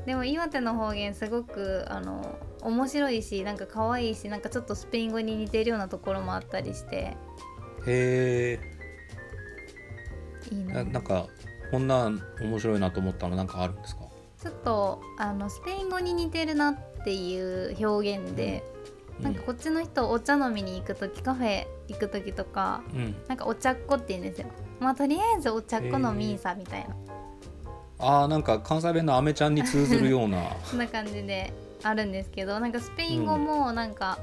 [SPEAKER 1] でも岩手の方言すごくあの面白いしなんか可愛いしなんかちょっとスペイン語に似ているようなところもあったりして
[SPEAKER 2] うんへ
[SPEAKER 1] いい
[SPEAKER 2] えな
[SPEAKER 1] な
[SPEAKER 2] なんかこんなん面白いなと思ったのなんかあるんですか
[SPEAKER 1] ちょっとあのスペイン語に似てるなっていう表現で、なんかこっちの人お茶飲みに行く時カフェ行く時とか
[SPEAKER 2] うんうん、
[SPEAKER 1] なんかお茶っ子って言うんですよまあとりあえずお茶っ子のミーサみたいな、
[SPEAKER 2] ああなんか関西弁のアメちゃんに通ずるようなは
[SPEAKER 1] そんな感じであるんですけどなんかスペイン語もなんか、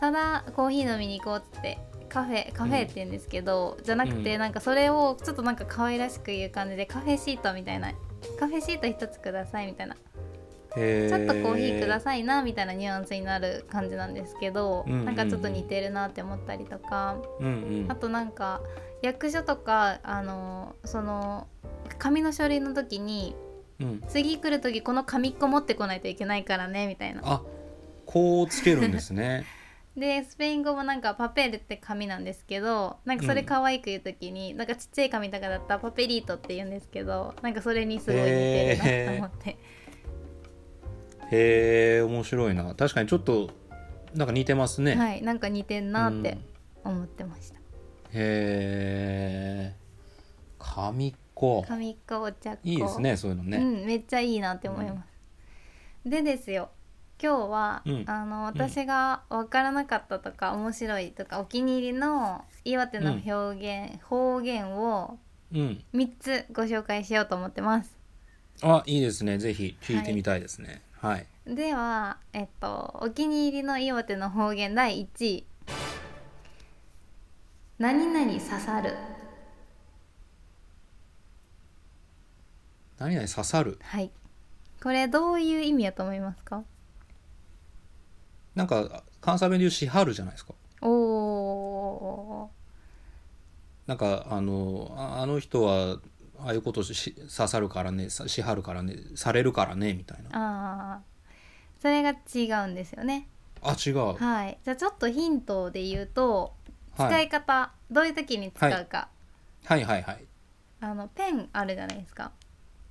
[SPEAKER 1] ただコーヒー飲みに行こうっつってカフェカフェって言うんですけど、じゃなく
[SPEAKER 2] う
[SPEAKER 1] て
[SPEAKER 2] ん
[SPEAKER 1] なんかそれをちょっとなんか可愛らしく言う感じでカフェシートみたいなカフェシート一つくださいみたい なちょ
[SPEAKER 2] へ
[SPEAKER 1] っとコーヒーくだ
[SPEAKER 2] さ
[SPEAKER 1] さいなみたいなニュアンスになる感じなんですけど、
[SPEAKER 2] うんうんうん
[SPEAKER 1] なんかちょっと似てるなって思ったりとか、
[SPEAKER 2] い、うんうん、
[SPEAKER 1] あとなんか役所とかあのその紙の書類の時に
[SPEAKER 2] うん、
[SPEAKER 1] 次来る時この紙っこ持ってこないといけないからねみたいな
[SPEAKER 2] あこうつけるんですね
[SPEAKER 1] でスペイン語もなんかパペルって紙なんですけどなんかそれ可愛く言う時に、なんかちっちゃい紙とかだったらパペリートって言うんですけどなんかそれにすごい似てるなと思って、
[SPEAKER 2] へえ面白いな確かにちょっとなんか似てますね、
[SPEAKER 1] はいなんか似てんなっ
[SPEAKER 2] う
[SPEAKER 1] て
[SPEAKER 2] ん
[SPEAKER 1] 思ってました、
[SPEAKER 2] へえ紙っ子
[SPEAKER 1] 紙っ子お茶っ子
[SPEAKER 2] いいですねそういうの
[SPEAKER 1] う
[SPEAKER 2] ね、
[SPEAKER 1] んめっちゃいいなって思います、でですよ今日は、
[SPEAKER 2] うん
[SPEAKER 1] あの
[SPEAKER 2] うん
[SPEAKER 1] 私が分からなかったとか、面白いとかお気に入りの岩手の
[SPEAKER 2] うん
[SPEAKER 1] 表現、方言を
[SPEAKER 2] うん
[SPEAKER 1] 3つご紹介しようと思ってます
[SPEAKER 2] あいいですねぜひ聞いてみたいですねはい、
[SPEAKER 1] では、えっと、お気に入りの岩手の方言第1位「何々刺さる
[SPEAKER 2] 何々刺さる」
[SPEAKER 1] はいこれどういう意味やと思いますか
[SPEAKER 2] なんか関西弁でいうしはるじゃないですか
[SPEAKER 1] おー
[SPEAKER 2] なんかあのああの人はああいうことしし刺さるからねさしはるからねされるからねみたいな
[SPEAKER 1] あーそれが違うんですよね
[SPEAKER 2] あ違うは
[SPEAKER 1] はいじゃあちょっとヒントで言うと使
[SPEAKER 2] い
[SPEAKER 1] い方、どういう時に使うか、
[SPEAKER 2] はいはいはい
[SPEAKER 1] あのペンあるじゃないですか、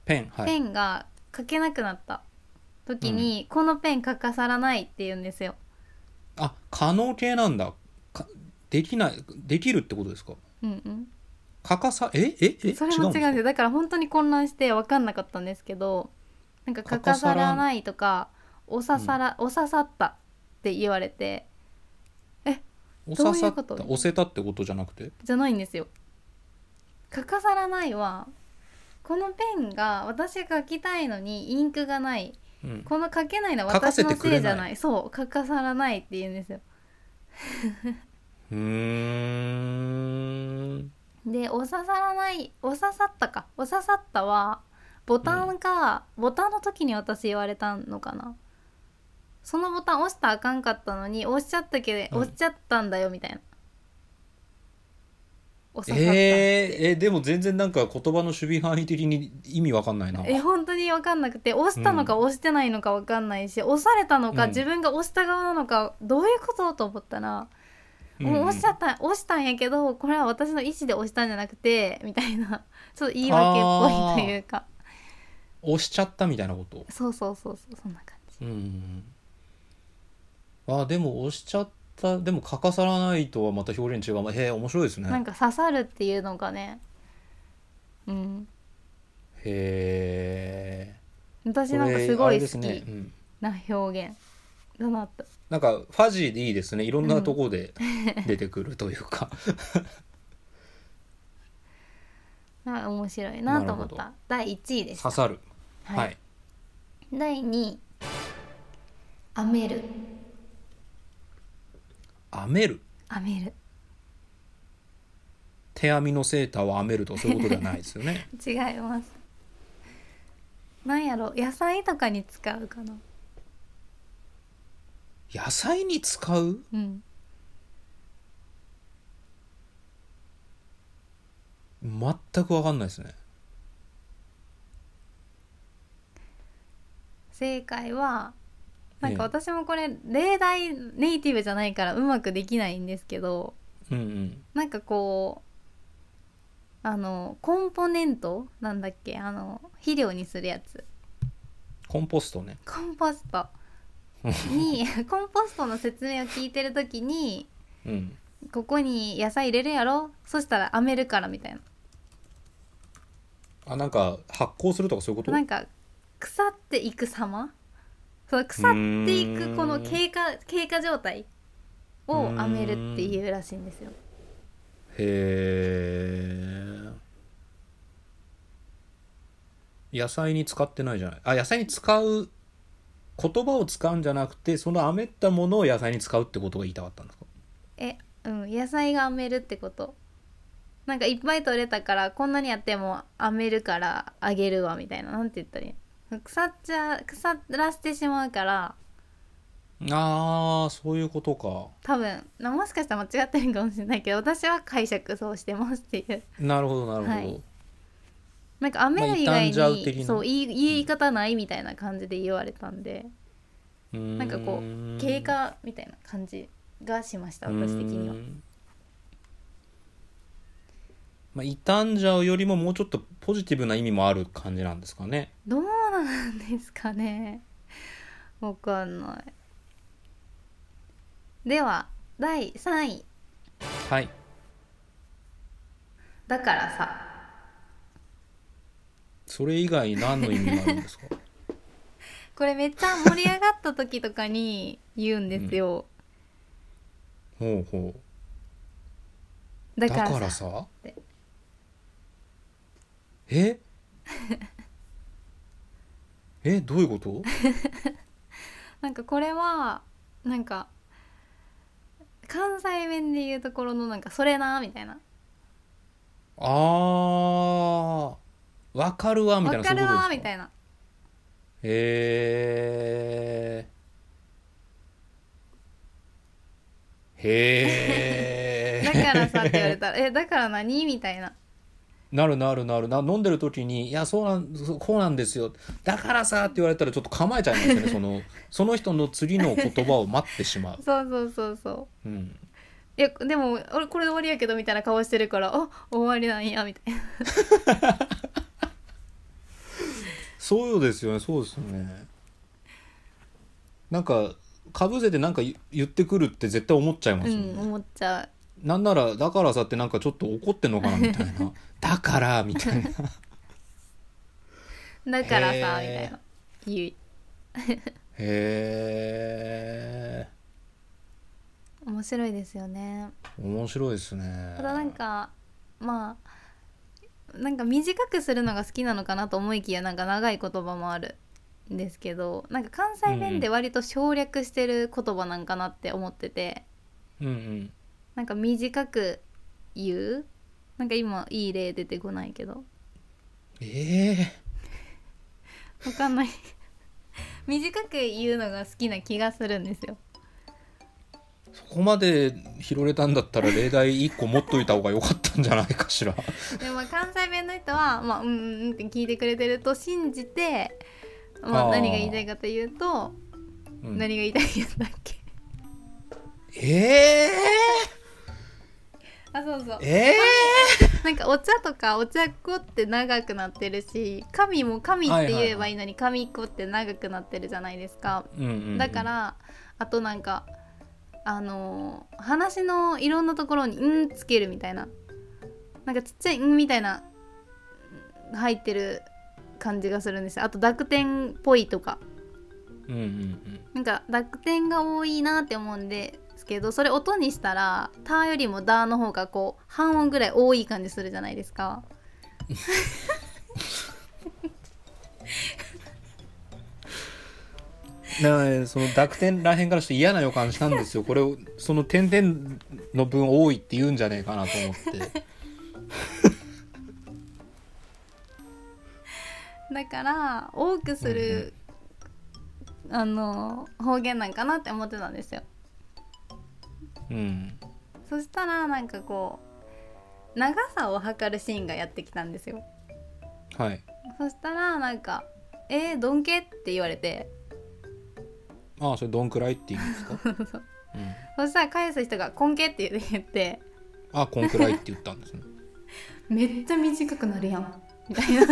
[SPEAKER 2] ペンはい
[SPEAKER 1] ペンが書けなくなった時に、このペン欠かさらないって言うんですよ
[SPEAKER 2] あ可能系なんだかできないできるってことですか
[SPEAKER 1] うんうん
[SPEAKER 2] 欠かさえええ
[SPEAKER 1] それも違うんです
[SPEAKER 2] ん
[SPEAKER 1] よ
[SPEAKER 2] ですか
[SPEAKER 1] だから本当に混乱して分かんなかったんですけどなんか「かかさらない」とか「おささら、おささった」って言われて
[SPEAKER 2] お
[SPEAKER 1] どう
[SPEAKER 2] 刺
[SPEAKER 1] い
[SPEAKER 2] さ
[SPEAKER 1] う
[SPEAKER 2] っ
[SPEAKER 1] こと
[SPEAKER 2] た押せたってことじゃなくて
[SPEAKER 1] じゃないんですよ。かかさらないはこのペンが私が書きたいのにインクがない
[SPEAKER 2] うん
[SPEAKER 1] この書けないのは
[SPEAKER 2] 書か
[SPEAKER 1] 私
[SPEAKER 2] せ
[SPEAKER 1] の
[SPEAKER 2] てく
[SPEAKER 1] せい
[SPEAKER 2] れない
[SPEAKER 1] じゃないそうかかさらないって言うんですよ
[SPEAKER 2] うーん
[SPEAKER 1] で「おささらない」「おささった」か「おささったは」ボタンが、ボタンの時に私言われたのかなそのボタン押したらあかんかったのに押しちゃったけど、
[SPEAKER 2] うん
[SPEAKER 1] 押しちゃったんだよみたいなおささった、
[SPEAKER 2] えー、えでも全然なんか言葉の守備範囲的に意味わかんないな
[SPEAKER 1] え本当に分かんなくて押したのか押してないのか分かんないし、押されたのか、
[SPEAKER 2] うん
[SPEAKER 1] 自分が押した側なのかどういうことと思ったら、もう押しちゃった押したんやけどこれは私の意思で押したんじゃなくてみたいな ちょっと言い訳っぽいというか
[SPEAKER 2] 押しちゃったみたいなこと
[SPEAKER 1] そうそうそうそうそんな感じ
[SPEAKER 2] うんあでも押しちゃったでも欠かさらないとはまた表現違うまあへえ面白いですね
[SPEAKER 1] なんか刺さるっていうのがねうん
[SPEAKER 2] へえ
[SPEAKER 1] 私なんかすごい好
[SPEAKER 2] ね
[SPEAKER 1] き
[SPEAKER 2] うん
[SPEAKER 1] な表現だなと、
[SPEAKER 2] なんかファジーでいいですねいろんなとこで出てくるとい うか、
[SPEAKER 1] なんか面白いなと思っ
[SPEAKER 2] なる
[SPEAKER 1] た第1位です
[SPEAKER 2] 刺さる
[SPEAKER 1] はい
[SPEAKER 2] はい
[SPEAKER 1] 第2位「あめる」
[SPEAKER 2] 「編める」
[SPEAKER 1] 「あめる
[SPEAKER 2] 手編みのセーターを編めるとかそういうことではないですよね」
[SPEAKER 1] 違いますなんやろ野菜とかに使うかな
[SPEAKER 2] 野菜に使う
[SPEAKER 1] うん
[SPEAKER 2] 全く分かんないですね
[SPEAKER 1] 正解はなんか
[SPEAKER 2] え
[SPEAKER 1] 私もこれ例題ネイティブじゃないからうまくできないんですけど
[SPEAKER 2] うんうん
[SPEAKER 1] なんかこうあのコンポネントなんだっけあの肥料にするやつ
[SPEAKER 2] コンポストね
[SPEAKER 1] コンポス トにコンポストの説明を聞いてる時に
[SPEAKER 2] うん
[SPEAKER 1] ここに野菜入れるやろそしたら編めるからみたいな
[SPEAKER 2] あなんか発酵するとかそういうこと
[SPEAKER 1] なんか腐っていく様その腐っていくこの経過経過状態を編めるっていうらしいんですよ。
[SPEAKER 2] へえ野菜に使ってないじゃないあ野菜に使う言葉を使うんじゃなくてその編めたものを野菜に使うってことが言いたかったんですか
[SPEAKER 1] えうん野菜が編めるってことなんかいっぱい取れたからこんなにやっても編めるからあげるわみたいななんて言ったらいいの腐っちゃ腐らせてしまうから
[SPEAKER 2] ああそういうことか
[SPEAKER 1] 多分なもしかしたら間違ってるかもしれないけど私は解釈そうしてますっていう
[SPEAKER 2] なるほどなるほど、
[SPEAKER 1] はいなんか編める以外
[SPEAKER 2] まあ傷んじゃう的
[SPEAKER 1] に
[SPEAKER 2] な
[SPEAKER 1] そう言い言い方ないみたいな感じで言われたんで。
[SPEAKER 2] うー
[SPEAKER 1] なんかこう経過みたいな感じがしました私的には
[SPEAKER 2] うーんまあ、傷んじゃうよりももうちょっとポジティブな意味もある感じなんですかね
[SPEAKER 1] どうなんですかねわかんないでは第3位
[SPEAKER 2] はい
[SPEAKER 1] だからさ
[SPEAKER 2] それ以外何の意味があるん ですか
[SPEAKER 1] これめっちゃ盛り上がった時とかに言うんですよ、
[SPEAKER 2] ほうほう
[SPEAKER 1] だ
[SPEAKER 2] だ
[SPEAKER 1] からさ
[SPEAKER 2] からさ
[SPEAKER 1] て
[SPEAKER 2] え えどういう こと
[SPEAKER 1] なんかこれはなんか関西弁で言うところのなんかそれなみたいな
[SPEAKER 2] あーわかるわみたい
[SPEAKER 1] わ
[SPEAKER 2] な
[SPEAKER 1] かるわ
[SPEAKER 2] そういうことです
[SPEAKER 1] みたいな
[SPEAKER 2] へえへ
[SPEAKER 1] だ
[SPEAKER 2] え
[SPEAKER 1] からさって言われたらえだから何みたいな
[SPEAKER 2] なるなるなるな飲んでる時に「いやそうなんそうこうなんですよだからさ」って言われたらちょっと構えちゃいますよねそのその人の次の言葉を待ってしまう、
[SPEAKER 1] そうそうそうそう
[SPEAKER 2] うん、
[SPEAKER 1] いやでも俺これで終わりやけどみたいな顔してるからあ終わりなんやみたいな
[SPEAKER 2] そうですよねそうですよねなんかかぶせてなんか言言ってくるって絶対思っちゃいま
[SPEAKER 1] う
[SPEAKER 2] すよ
[SPEAKER 1] ん
[SPEAKER 2] ね、
[SPEAKER 1] 思っちゃう
[SPEAKER 2] なんなら「だからさ」ってなんかちょっと怒ってんのかなみ たいな「だから」みたいな
[SPEAKER 1] だからさみた
[SPEAKER 2] へ
[SPEAKER 1] い
[SPEAKER 2] ー
[SPEAKER 1] な言う
[SPEAKER 2] へえ
[SPEAKER 1] 面白いですよね
[SPEAKER 2] 面白いですね
[SPEAKER 1] ただなんかまあなんか短くするのが好きなのかなと思いきやなんか長い言葉もあるんですけどなんか関西弁で割と省略してる言葉なんかなって思ってて、
[SPEAKER 2] うんうん
[SPEAKER 1] なんか短く言うなんか今いい例出てこないけど
[SPEAKER 2] ええ
[SPEAKER 1] わかんない短く言うのが好きな気がするんですよ
[SPEAKER 2] そこまで拾れたんだったら例題1個持っといた方が良かったんじゃないかしら
[SPEAKER 1] でも関西弁の人は、まあ、うんうんうんって聞いてくれてると信じて、ま
[SPEAKER 2] あ
[SPEAKER 1] あ、
[SPEAKER 2] ー
[SPEAKER 1] 何が言いたいかというと
[SPEAKER 2] うん
[SPEAKER 1] 何が言いたいんだっけ
[SPEAKER 2] ええ
[SPEAKER 1] あそうそう
[SPEAKER 2] ええ
[SPEAKER 1] なんかお茶とかお茶っ子って長くなってるし神も神って言えばいいのに神っ子って長くなってるじゃないですか
[SPEAKER 2] うんうんうん
[SPEAKER 1] だからあとなんかあのー話のいろんなところに「ん」つけるみたいななんかちっちゃい「ん」みたいなうん入ってる感じがするんですよあと濁点っぽいとか
[SPEAKER 2] うんうんう
[SPEAKER 1] なん
[SPEAKER 2] ん
[SPEAKER 1] か濁点が多いなって思うんですけどそれ音にしたら「た」よりも「だ」の方がこう半音ぐらい多い感じするじゃないですか。
[SPEAKER 2] だからねその濁点らへんからして嫌な予感したんですよこれをその点々の分多いって言うんじゃねえかなと思 って
[SPEAKER 1] だから多くする、あのー方言なんかなって思ってたんですよ。
[SPEAKER 2] うん
[SPEAKER 1] そしたらなんかこう長さを測るシーンがやってきたんですよ
[SPEAKER 2] はい
[SPEAKER 1] そしたらなんか「えー、どんけ?」って言われて
[SPEAKER 2] ああそれどんくらいって言うんですか、うん、
[SPEAKER 1] そしたら返す人が「こんけ?」って言って
[SPEAKER 2] あこんくらいって言ったんですね
[SPEAKER 1] 「めっちゃ短くなるやん」みたいな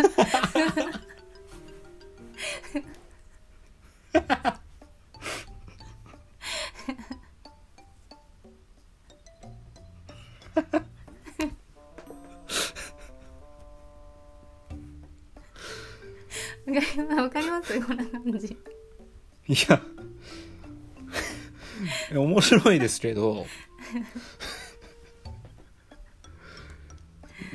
[SPEAKER 1] わかりますわかりますこんな感じ
[SPEAKER 2] いやいや面白いですけど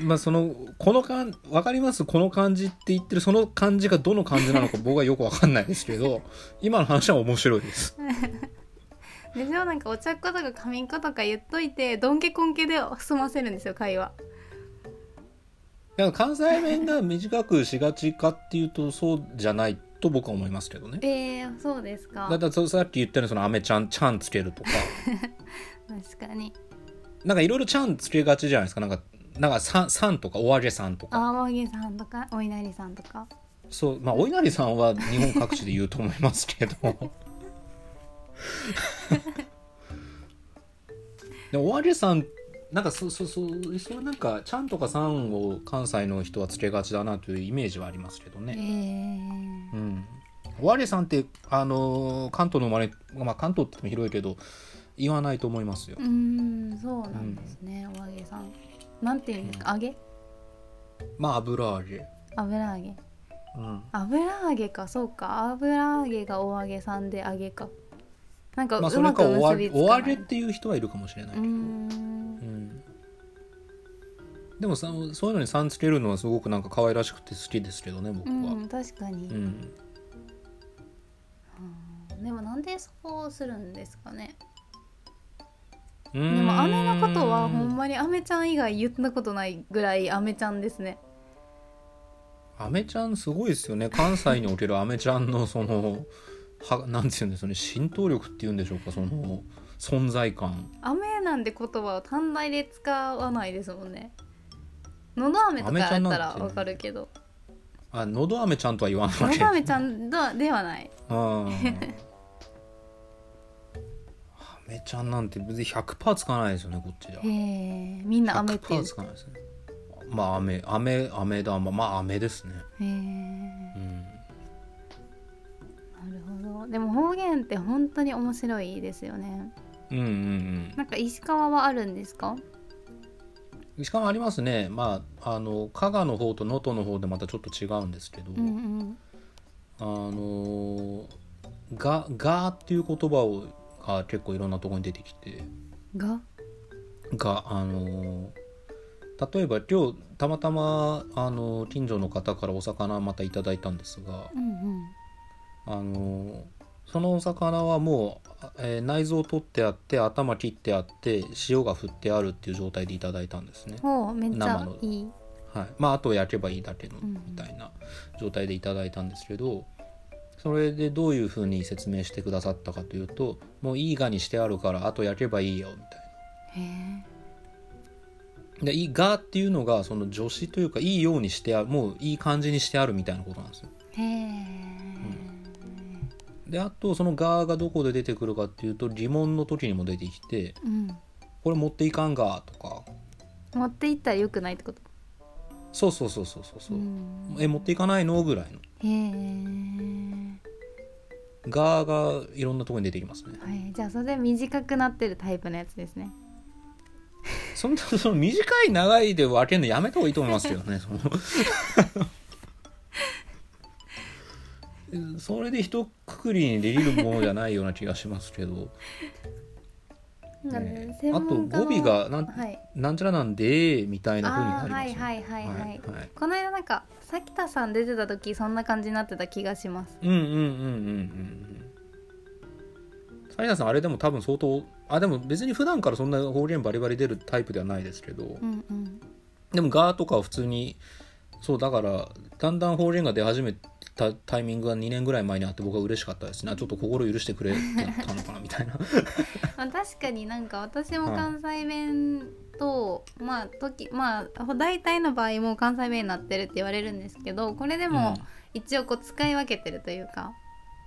[SPEAKER 2] まあそのこのかん分かりますこの感じって言ってるその感じがどの感じなのか僕はよく分かんないですけど今の話は面白いです
[SPEAKER 1] でしょなんかお茶っことか仮眠ことか言っといてどんけこんけで済ませるんですよ会話
[SPEAKER 2] だから関西弁が短くしがちかっていうとそうじゃないと僕は思いますけどね
[SPEAKER 1] えー、そうですか
[SPEAKER 2] だからさっき言ったようにその「あめちゃん」「ちゃん」つけるとか
[SPEAKER 1] 確かに
[SPEAKER 2] なんかいろいろ「ちゃん」つけがちじゃないですかなんか「なんかさん」さんとか「お揚げさん」とか
[SPEAKER 1] 青毛さんとかお稲荷さんとか
[SPEAKER 2] そうまあお稲荷さんは日本各地で言うと思います けどでお揚げさんなんかそうそうそうそれなんかちゃんとかさんを関西の人はつけがちだなというイメージはありますけど
[SPEAKER 1] え
[SPEAKER 2] ね、
[SPEAKER 1] ー、
[SPEAKER 2] うん、お揚げさんってあのー関東の生まれ、まあ、関東って言っても広いけど言わないと思いますよ
[SPEAKER 1] うーんそうなんですね、お揚げさんなんていうんですか揚げ
[SPEAKER 2] まあ油揚げ、
[SPEAKER 1] 油揚げ
[SPEAKER 2] うん、
[SPEAKER 1] 油揚げかそうか油揚げがお揚げさんで揚げかなんか
[SPEAKER 2] まあ
[SPEAKER 1] う
[SPEAKER 2] それ
[SPEAKER 1] ま
[SPEAKER 2] か
[SPEAKER 1] く
[SPEAKER 2] お揚
[SPEAKER 1] 結び
[SPEAKER 2] げ
[SPEAKER 1] つ
[SPEAKER 2] お
[SPEAKER 1] か
[SPEAKER 2] 揚
[SPEAKER 1] な
[SPEAKER 2] げ
[SPEAKER 1] い
[SPEAKER 2] っていう人はいるかもしれない
[SPEAKER 1] ー
[SPEAKER 2] う
[SPEAKER 1] ん
[SPEAKER 2] うんでもさそういうのにさんつけるのはすごくなんか可愛らしくて好きですけどね僕
[SPEAKER 1] う
[SPEAKER 2] は。
[SPEAKER 1] ん確かに、
[SPEAKER 2] うん
[SPEAKER 1] でもなんでそうするんですかね
[SPEAKER 2] で
[SPEAKER 1] でもアメのことはほんまにアメちゃん以外言ったことないぐらいアメちゃんですね
[SPEAKER 2] アメちゃんすごいですよね関西におけるアメちゃんのそのはなんていうんですよね浸透力っていうんでしょうかその存在感
[SPEAKER 1] 雨なんて言葉を短大で使わないですもんねのど飴とかやったらわかるけど
[SPEAKER 2] あのど飴ちゃんとは言わな
[SPEAKER 1] の
[SPEAKER 2] い
[SPEAKER 1] ど飴ちゃんではではない
[SPEAKER 2] うん。ハメちゃんなんて別に100%つかないですよねこっちでは
[SPEAKER 1] へ。えみんな飴って言
[SPEAKER 2] 100%
[SPEAKER 1] う
[SPEAKER 2] つかないですね。まあ飴飴飴玉まあ飴ですね。
[SPEAKER 1] へえ
[SPEAKER 2] うん。
[SPEAKER 1] なるほどでも方言って本当に面白いですよね
[SPEAKER 2] うんうんうん。
[SPEAKER 1] なんか石川はあるんですか
[SPEAKER 2] しかもありますね。まああの加賀の方と能登の方でまたちょっと違うんですけど、
[SPEAKER 1] うんうん
[SPEAKER 2] あのががっていう言葉をが結構いろんなところに出てきて。
[SPEAKER 1] が
[SPEAKER 2] があのー例えば今日たまたまあのー近所の方からお魚またいただいたんですが
[SPEAKER 1] うん
[SPEAKER 2] あのーそのお魚はもう、あえー内臓を取ってあって頭切ってあって塩が振ってあるっていう状態でいただいたんです
[SPEAKER 1] う
[SPEAKER 2] ね
[SPEAKER 1] ん、ほうめっち
[SPEAKER 2] 生
[SPEAKER 1] ゃ
[SPEAKER 2] の
[SPEAKER 1] いい
[SPEAKER 2] はい、まああと焼けばいいだけの
[SPEAKER 1] うん
[SPEAKER 2] みたいな状態でいただいたんですけどそれでどういうふうに説明してくださったかというともういいがにしてあるからあと焼けばいいよみたいな。
[SPEAKER 1] へえ
[SPEAKER 2] でいいがっていうのがその助詞というかいいようにしてあもういい感じにしてあるみたいなことなんですよ
[SPEAKER 1] へえ
[SPEAKER 2] であとそのががどこで出てくるかっていうと疑問の時にも出てきて
[SPEAKER 1] うん
[SPEAKER 2] これ持っていかんがとか
[SPEAKER 1] 持って行ったらよくないってこと
[SPEAKER 2] そうそうそうそうそうそう、
[SPEAKER 1] ん
[SPEAKER 2] え持っていかないのぐらいの
[SPEAKER 1] へえ
[SPEAKER 2] ががいろんなところに出てきますね
[SPEAKER 1] はい、じゃあそれで短くなってるタイプのやつですね。
[SPEAKER 2] そんなその短い長いで分けるのやめた方がいいと思いますけどねその それで一括りにできるものじゃないような気がしますけ どねあと語尾がなん,、
[SPEAKER 1] はい
[SPEAKER 2] なんちゃらなんでみたいな風に
[SPEAKER 1] あ
[SPEAKER 2] な
[SPEAKER 1] ーはい
[SPEAKER 2] りますよね
[SPEAKER 1] はいはいはい、はい
[SPEAKER 2] はい
[SPEAKER 1] この間なんか咲田さん出てた時そんな感じになってた気がします。
[SPEAKER 2] うんうんうんうんうんサイナさんあれでも多分相当あでも別に普段からそんな方言バリバリ出るタイプではないですけど
[SPEAKER 1] うんうん。
[SPEAKER 2] でも「が」とかは普通にそうだからだんだん方言が出始めたタイミングが2年ぐらい前にあって僕は嬉しかったですねあちょっと心許してくれたのかなみ たいな
[SPEAKER 1] まあ確かになんか私も関西弁と、まあ時まあ大体の場合もう関西弁になってるって言われるんですけどこれでも一応こう使い分けてるというか。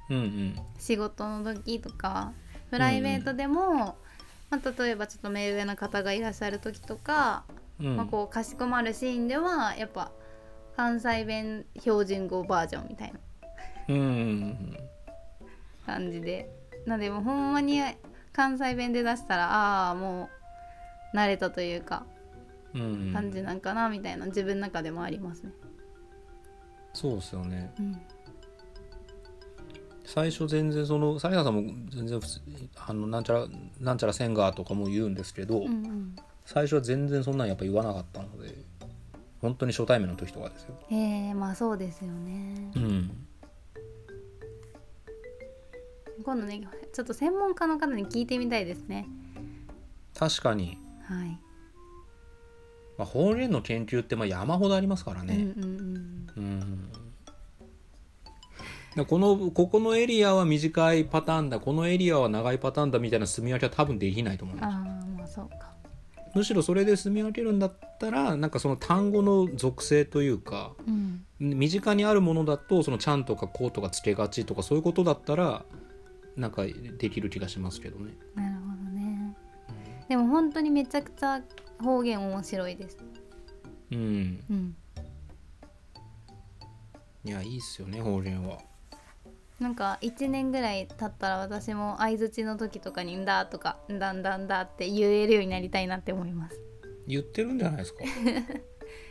[SPEAKER 2] うんうん
[SPEAKER 1] 仕事の時とかプライベートでも、まあ、例えばちょっと目上の方がいらっしゃる時とか、
[SPEAKER 2] うんうん
[SPEAKER 1] まあ、こうかしこまるシーンではやっぱ関西弁標準語バージョンみたいな
[SPEAKER 2] うんうんうん
[SPEAKER 1] 感じでなんでもうほんまに関西弁で出したらああもう慣れたというか
[SPEAKER 2] うんう
[SPEAKER 1] 感
[SPEAKER 2] ん
[SPEAKER 1] じなんかなみたいな自分の中でもありますね。
[SPEAKER 2] そうですよね
[SPEAKER 1] うん
[SPEAKER 2] 最初全然そのサリナさんも全然普通あのなんちゃらなんちゃらせんがとかも言うんですけど、
[SPEAKER 1] うんうん
[SPEAKER 2] 最初は全然そんなんやっぱ言わなかったので本当に初対面の時とかですよ、
[SPEAKER 1] えー、まあそうですよね。
[SPEAKER 2] うん、
[SPEAKER 1] 今度ねちょっと専門家の方に聞いてみたいですね。
[SPEAKER 2] 確かに、
[SPEAKER 1] はい。
[SPEAKER 2] まあ、方言の研究ってまあ山ほどありますからね、
[SPEAKER 1] うんうんうん。
[SPEAKER 2] うんでこのここのエリアは短いパターンだこのエリアは長いパターンだみたいな住み分けは多分できないと思います
[SPEAKER 1] ああまあそうか
[SPEAKER 2] むしろそれで住み分けるんだったらなんかその単語の属性というか
[SPEAKER 1] うん
[SPEAKER 2] 身近にあるものだとそのちゃんとかこうとかつけがちとかそういうことだったらなんかできる気がしますけどね
[SPEAKER 1] なるほどねでも本当にめちゃくちゃ方言面白いです
[SPEAKER 2] うん
[SPEAKER 1] うん
[SPEAKER 2] いやいいっすよね方言は
[SPEAKER 1] なんか1年ぐらい経ったら私も相づちの時とかに「んだ」とか「んだんだんだ」って言えるようになりたいなって思います
[SPEAKER 2] 言ってるんじゃないですか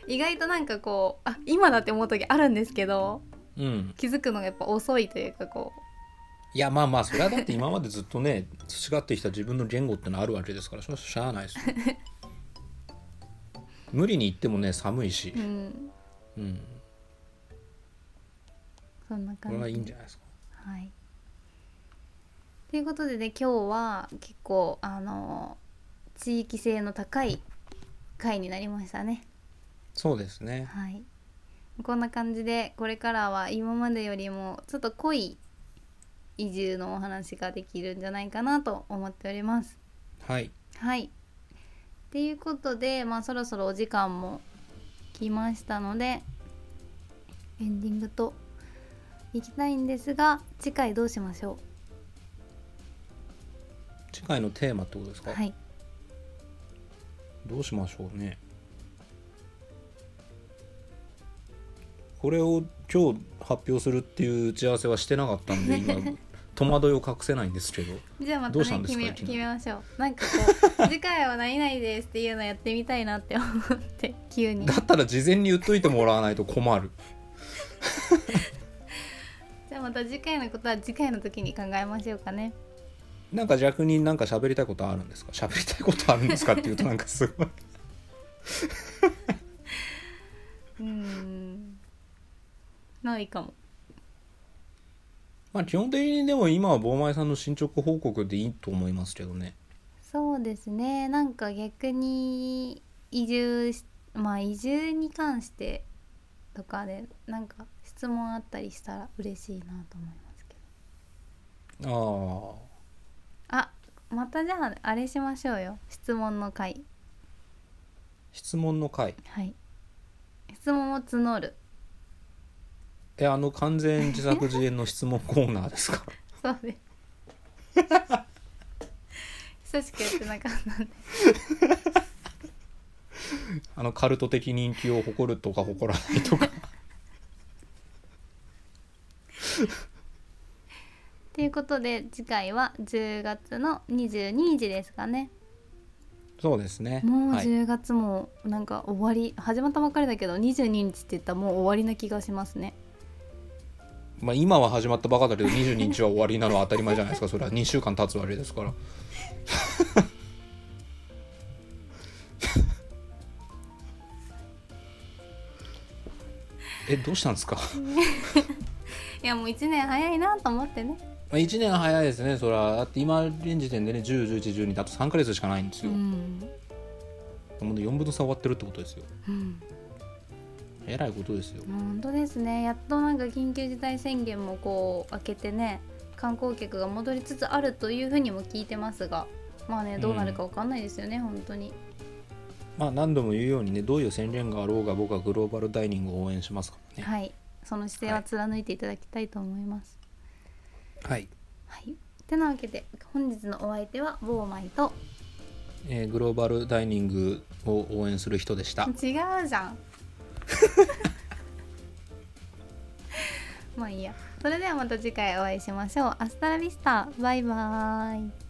[SPEAKER 1] 意外となんかこうあ今だって思う時あるんですけど
[SPEAKER 2] うん
[SPEAKER 1] 気づくのがやっぱ遅いというかこ
[SPEAKER 2] いやまあまあそれはだって今までずっとね培ってきた自分の言語ってのあるわけですからそれはしゃあないです よ無理に言ってもね寒いし
[SPEAKER 1] う、うん
[SPEAKER 2] うん、
[SPEAKER 1] そんな
[SPEAKER 2] こ
[SPEAKER 1] 感
[SPEAKER 2] れ
[SPEAKER 1] じ
[SPEAKER 2] はいいんじゃないですか
[SPEAKER 1] はい。ということでね今日は結構あの地域性の高い回になりましたね。
[SPEAKER 2] そうですね
[SPEAKER 1] はい。こんな感じでこれからは今までよりもちょっと濃い移住のお話ができるんじゃないかなと思っております。
[SPEAKER 2] はい
[SPEAKER 1] はい。っていうことで、まあ、そろそろお時間も来ましたのでエンディングといきたいんですが次回どうしましょ
[SPEAKER 2] 次回のテーマってことです
[SPEAKER 1] う
[SPEAKER 2] か、
[SPEAKER 1] はい
[SPEAKER 2] どうしましょうねこれを今日発表するっていう打ち合わせはしてなかったんで今戸惑いを隠せないんですけど
[SPEAKER 1] じゃあまた
[SPEAKER 2] どうした
[SPEAKER 1] ね
[SPEAKER 2] んです
[SPEAKER 1] 決
[SPEAKER 2] か
[SPEAKER 1] め
[SPEAKER 2] いきなり
[SPEAKER 1] 決めましょうなんかこう 次回は何々ですっていうのやってみたいなって思って 急に
[SPEAKER 2] だったら事前に言っといてもらわないと困る
[SPEAKER 1] じゃあまた次回のことは次回の時に考えましょうかね
[SPEAKER 2] なんか逆になんか喋りたいことあるんですか喋りたいことあるんですかっていうとなんか すごい
[SPEAKER 1] うーんないかも
[SPEAKER 2] まあ基本的にでも今は坊前さんの進捗報告でいいと思いますけどね
[SPEAKER 1] そうですねなんか逆に移住しまあ移住に関してとかでなんか質問あったりしたら嬉しいなと思いますけど
[SPEAKER 2] ああ
[SPEAKER 1] あまたじゃああれしましょうよ質問の回
[SPEAKER 2] 質問の回
[SPEAKER 1] はい質問を募る
[SPEAKER 2] えあの完全自作自演の質問コーナーで すか
[SPEAKER 1] そうです久しくやってなかったんで
[SPEAKER 2] あのカルト的人気を誇るとか誇らないとか
[SPEAKER 1] ということで次回は10月の22日ですかね
[SPEAKER 2] そうですね
[SPEAKER 1] もう
[SPEAKER 2] はい、
[SPEAKER 1] 10月もなんか終わり、始まったばっかりだけど22日って言ったらもう終わりな気がしますね
[SPEAKER 2] まあ、今は始まったばかだけど22日は終わりなのは当たり前じゃないですかそれは2週間経つわけですから えどうしたんですか
[SPEAKER 1] いやもう1年早いなと思ってね
[SPEAKER 2] まあ、1年早いですね、それは。だって今、現時点でね、10、11、12、あと3か月しかないんです
[SPEAKER 1] う
[SPEAKER 2] よ。
[SPEAKER 1] ん、
[SPEAKER 2] もう4分の3終わってるってことですよ。
[SPEAKER 1] うん、
[SPEAKER 2] えらいことですよ。
[SPEAKER 1] 本当ですねやっとなんか緊急事態宣言もこう開けてね観光客が戻りつつあるというふうにも聞いてますがまあねどうなるかわかんないですよね、本当に
[SPEAKER 2] まあ、何度も言うようにね、どういう宣言があろうが、僕はグローバルダイニングを応援しますからね。
[SPEAKER 1] はいその姿勢は貫いていただきたいと思います
[SPEAKER 2] はい。
[SPEAKER 1] はい、てなわけで本日のお相手はボーマイと
[SPEAKER 2] えーグローバルダイニングを応援する人でした。
[SPEAKER 1] 違うじゃ んまあいいやそれではまた次回お会いしましょうアスタラビスタバイバーイ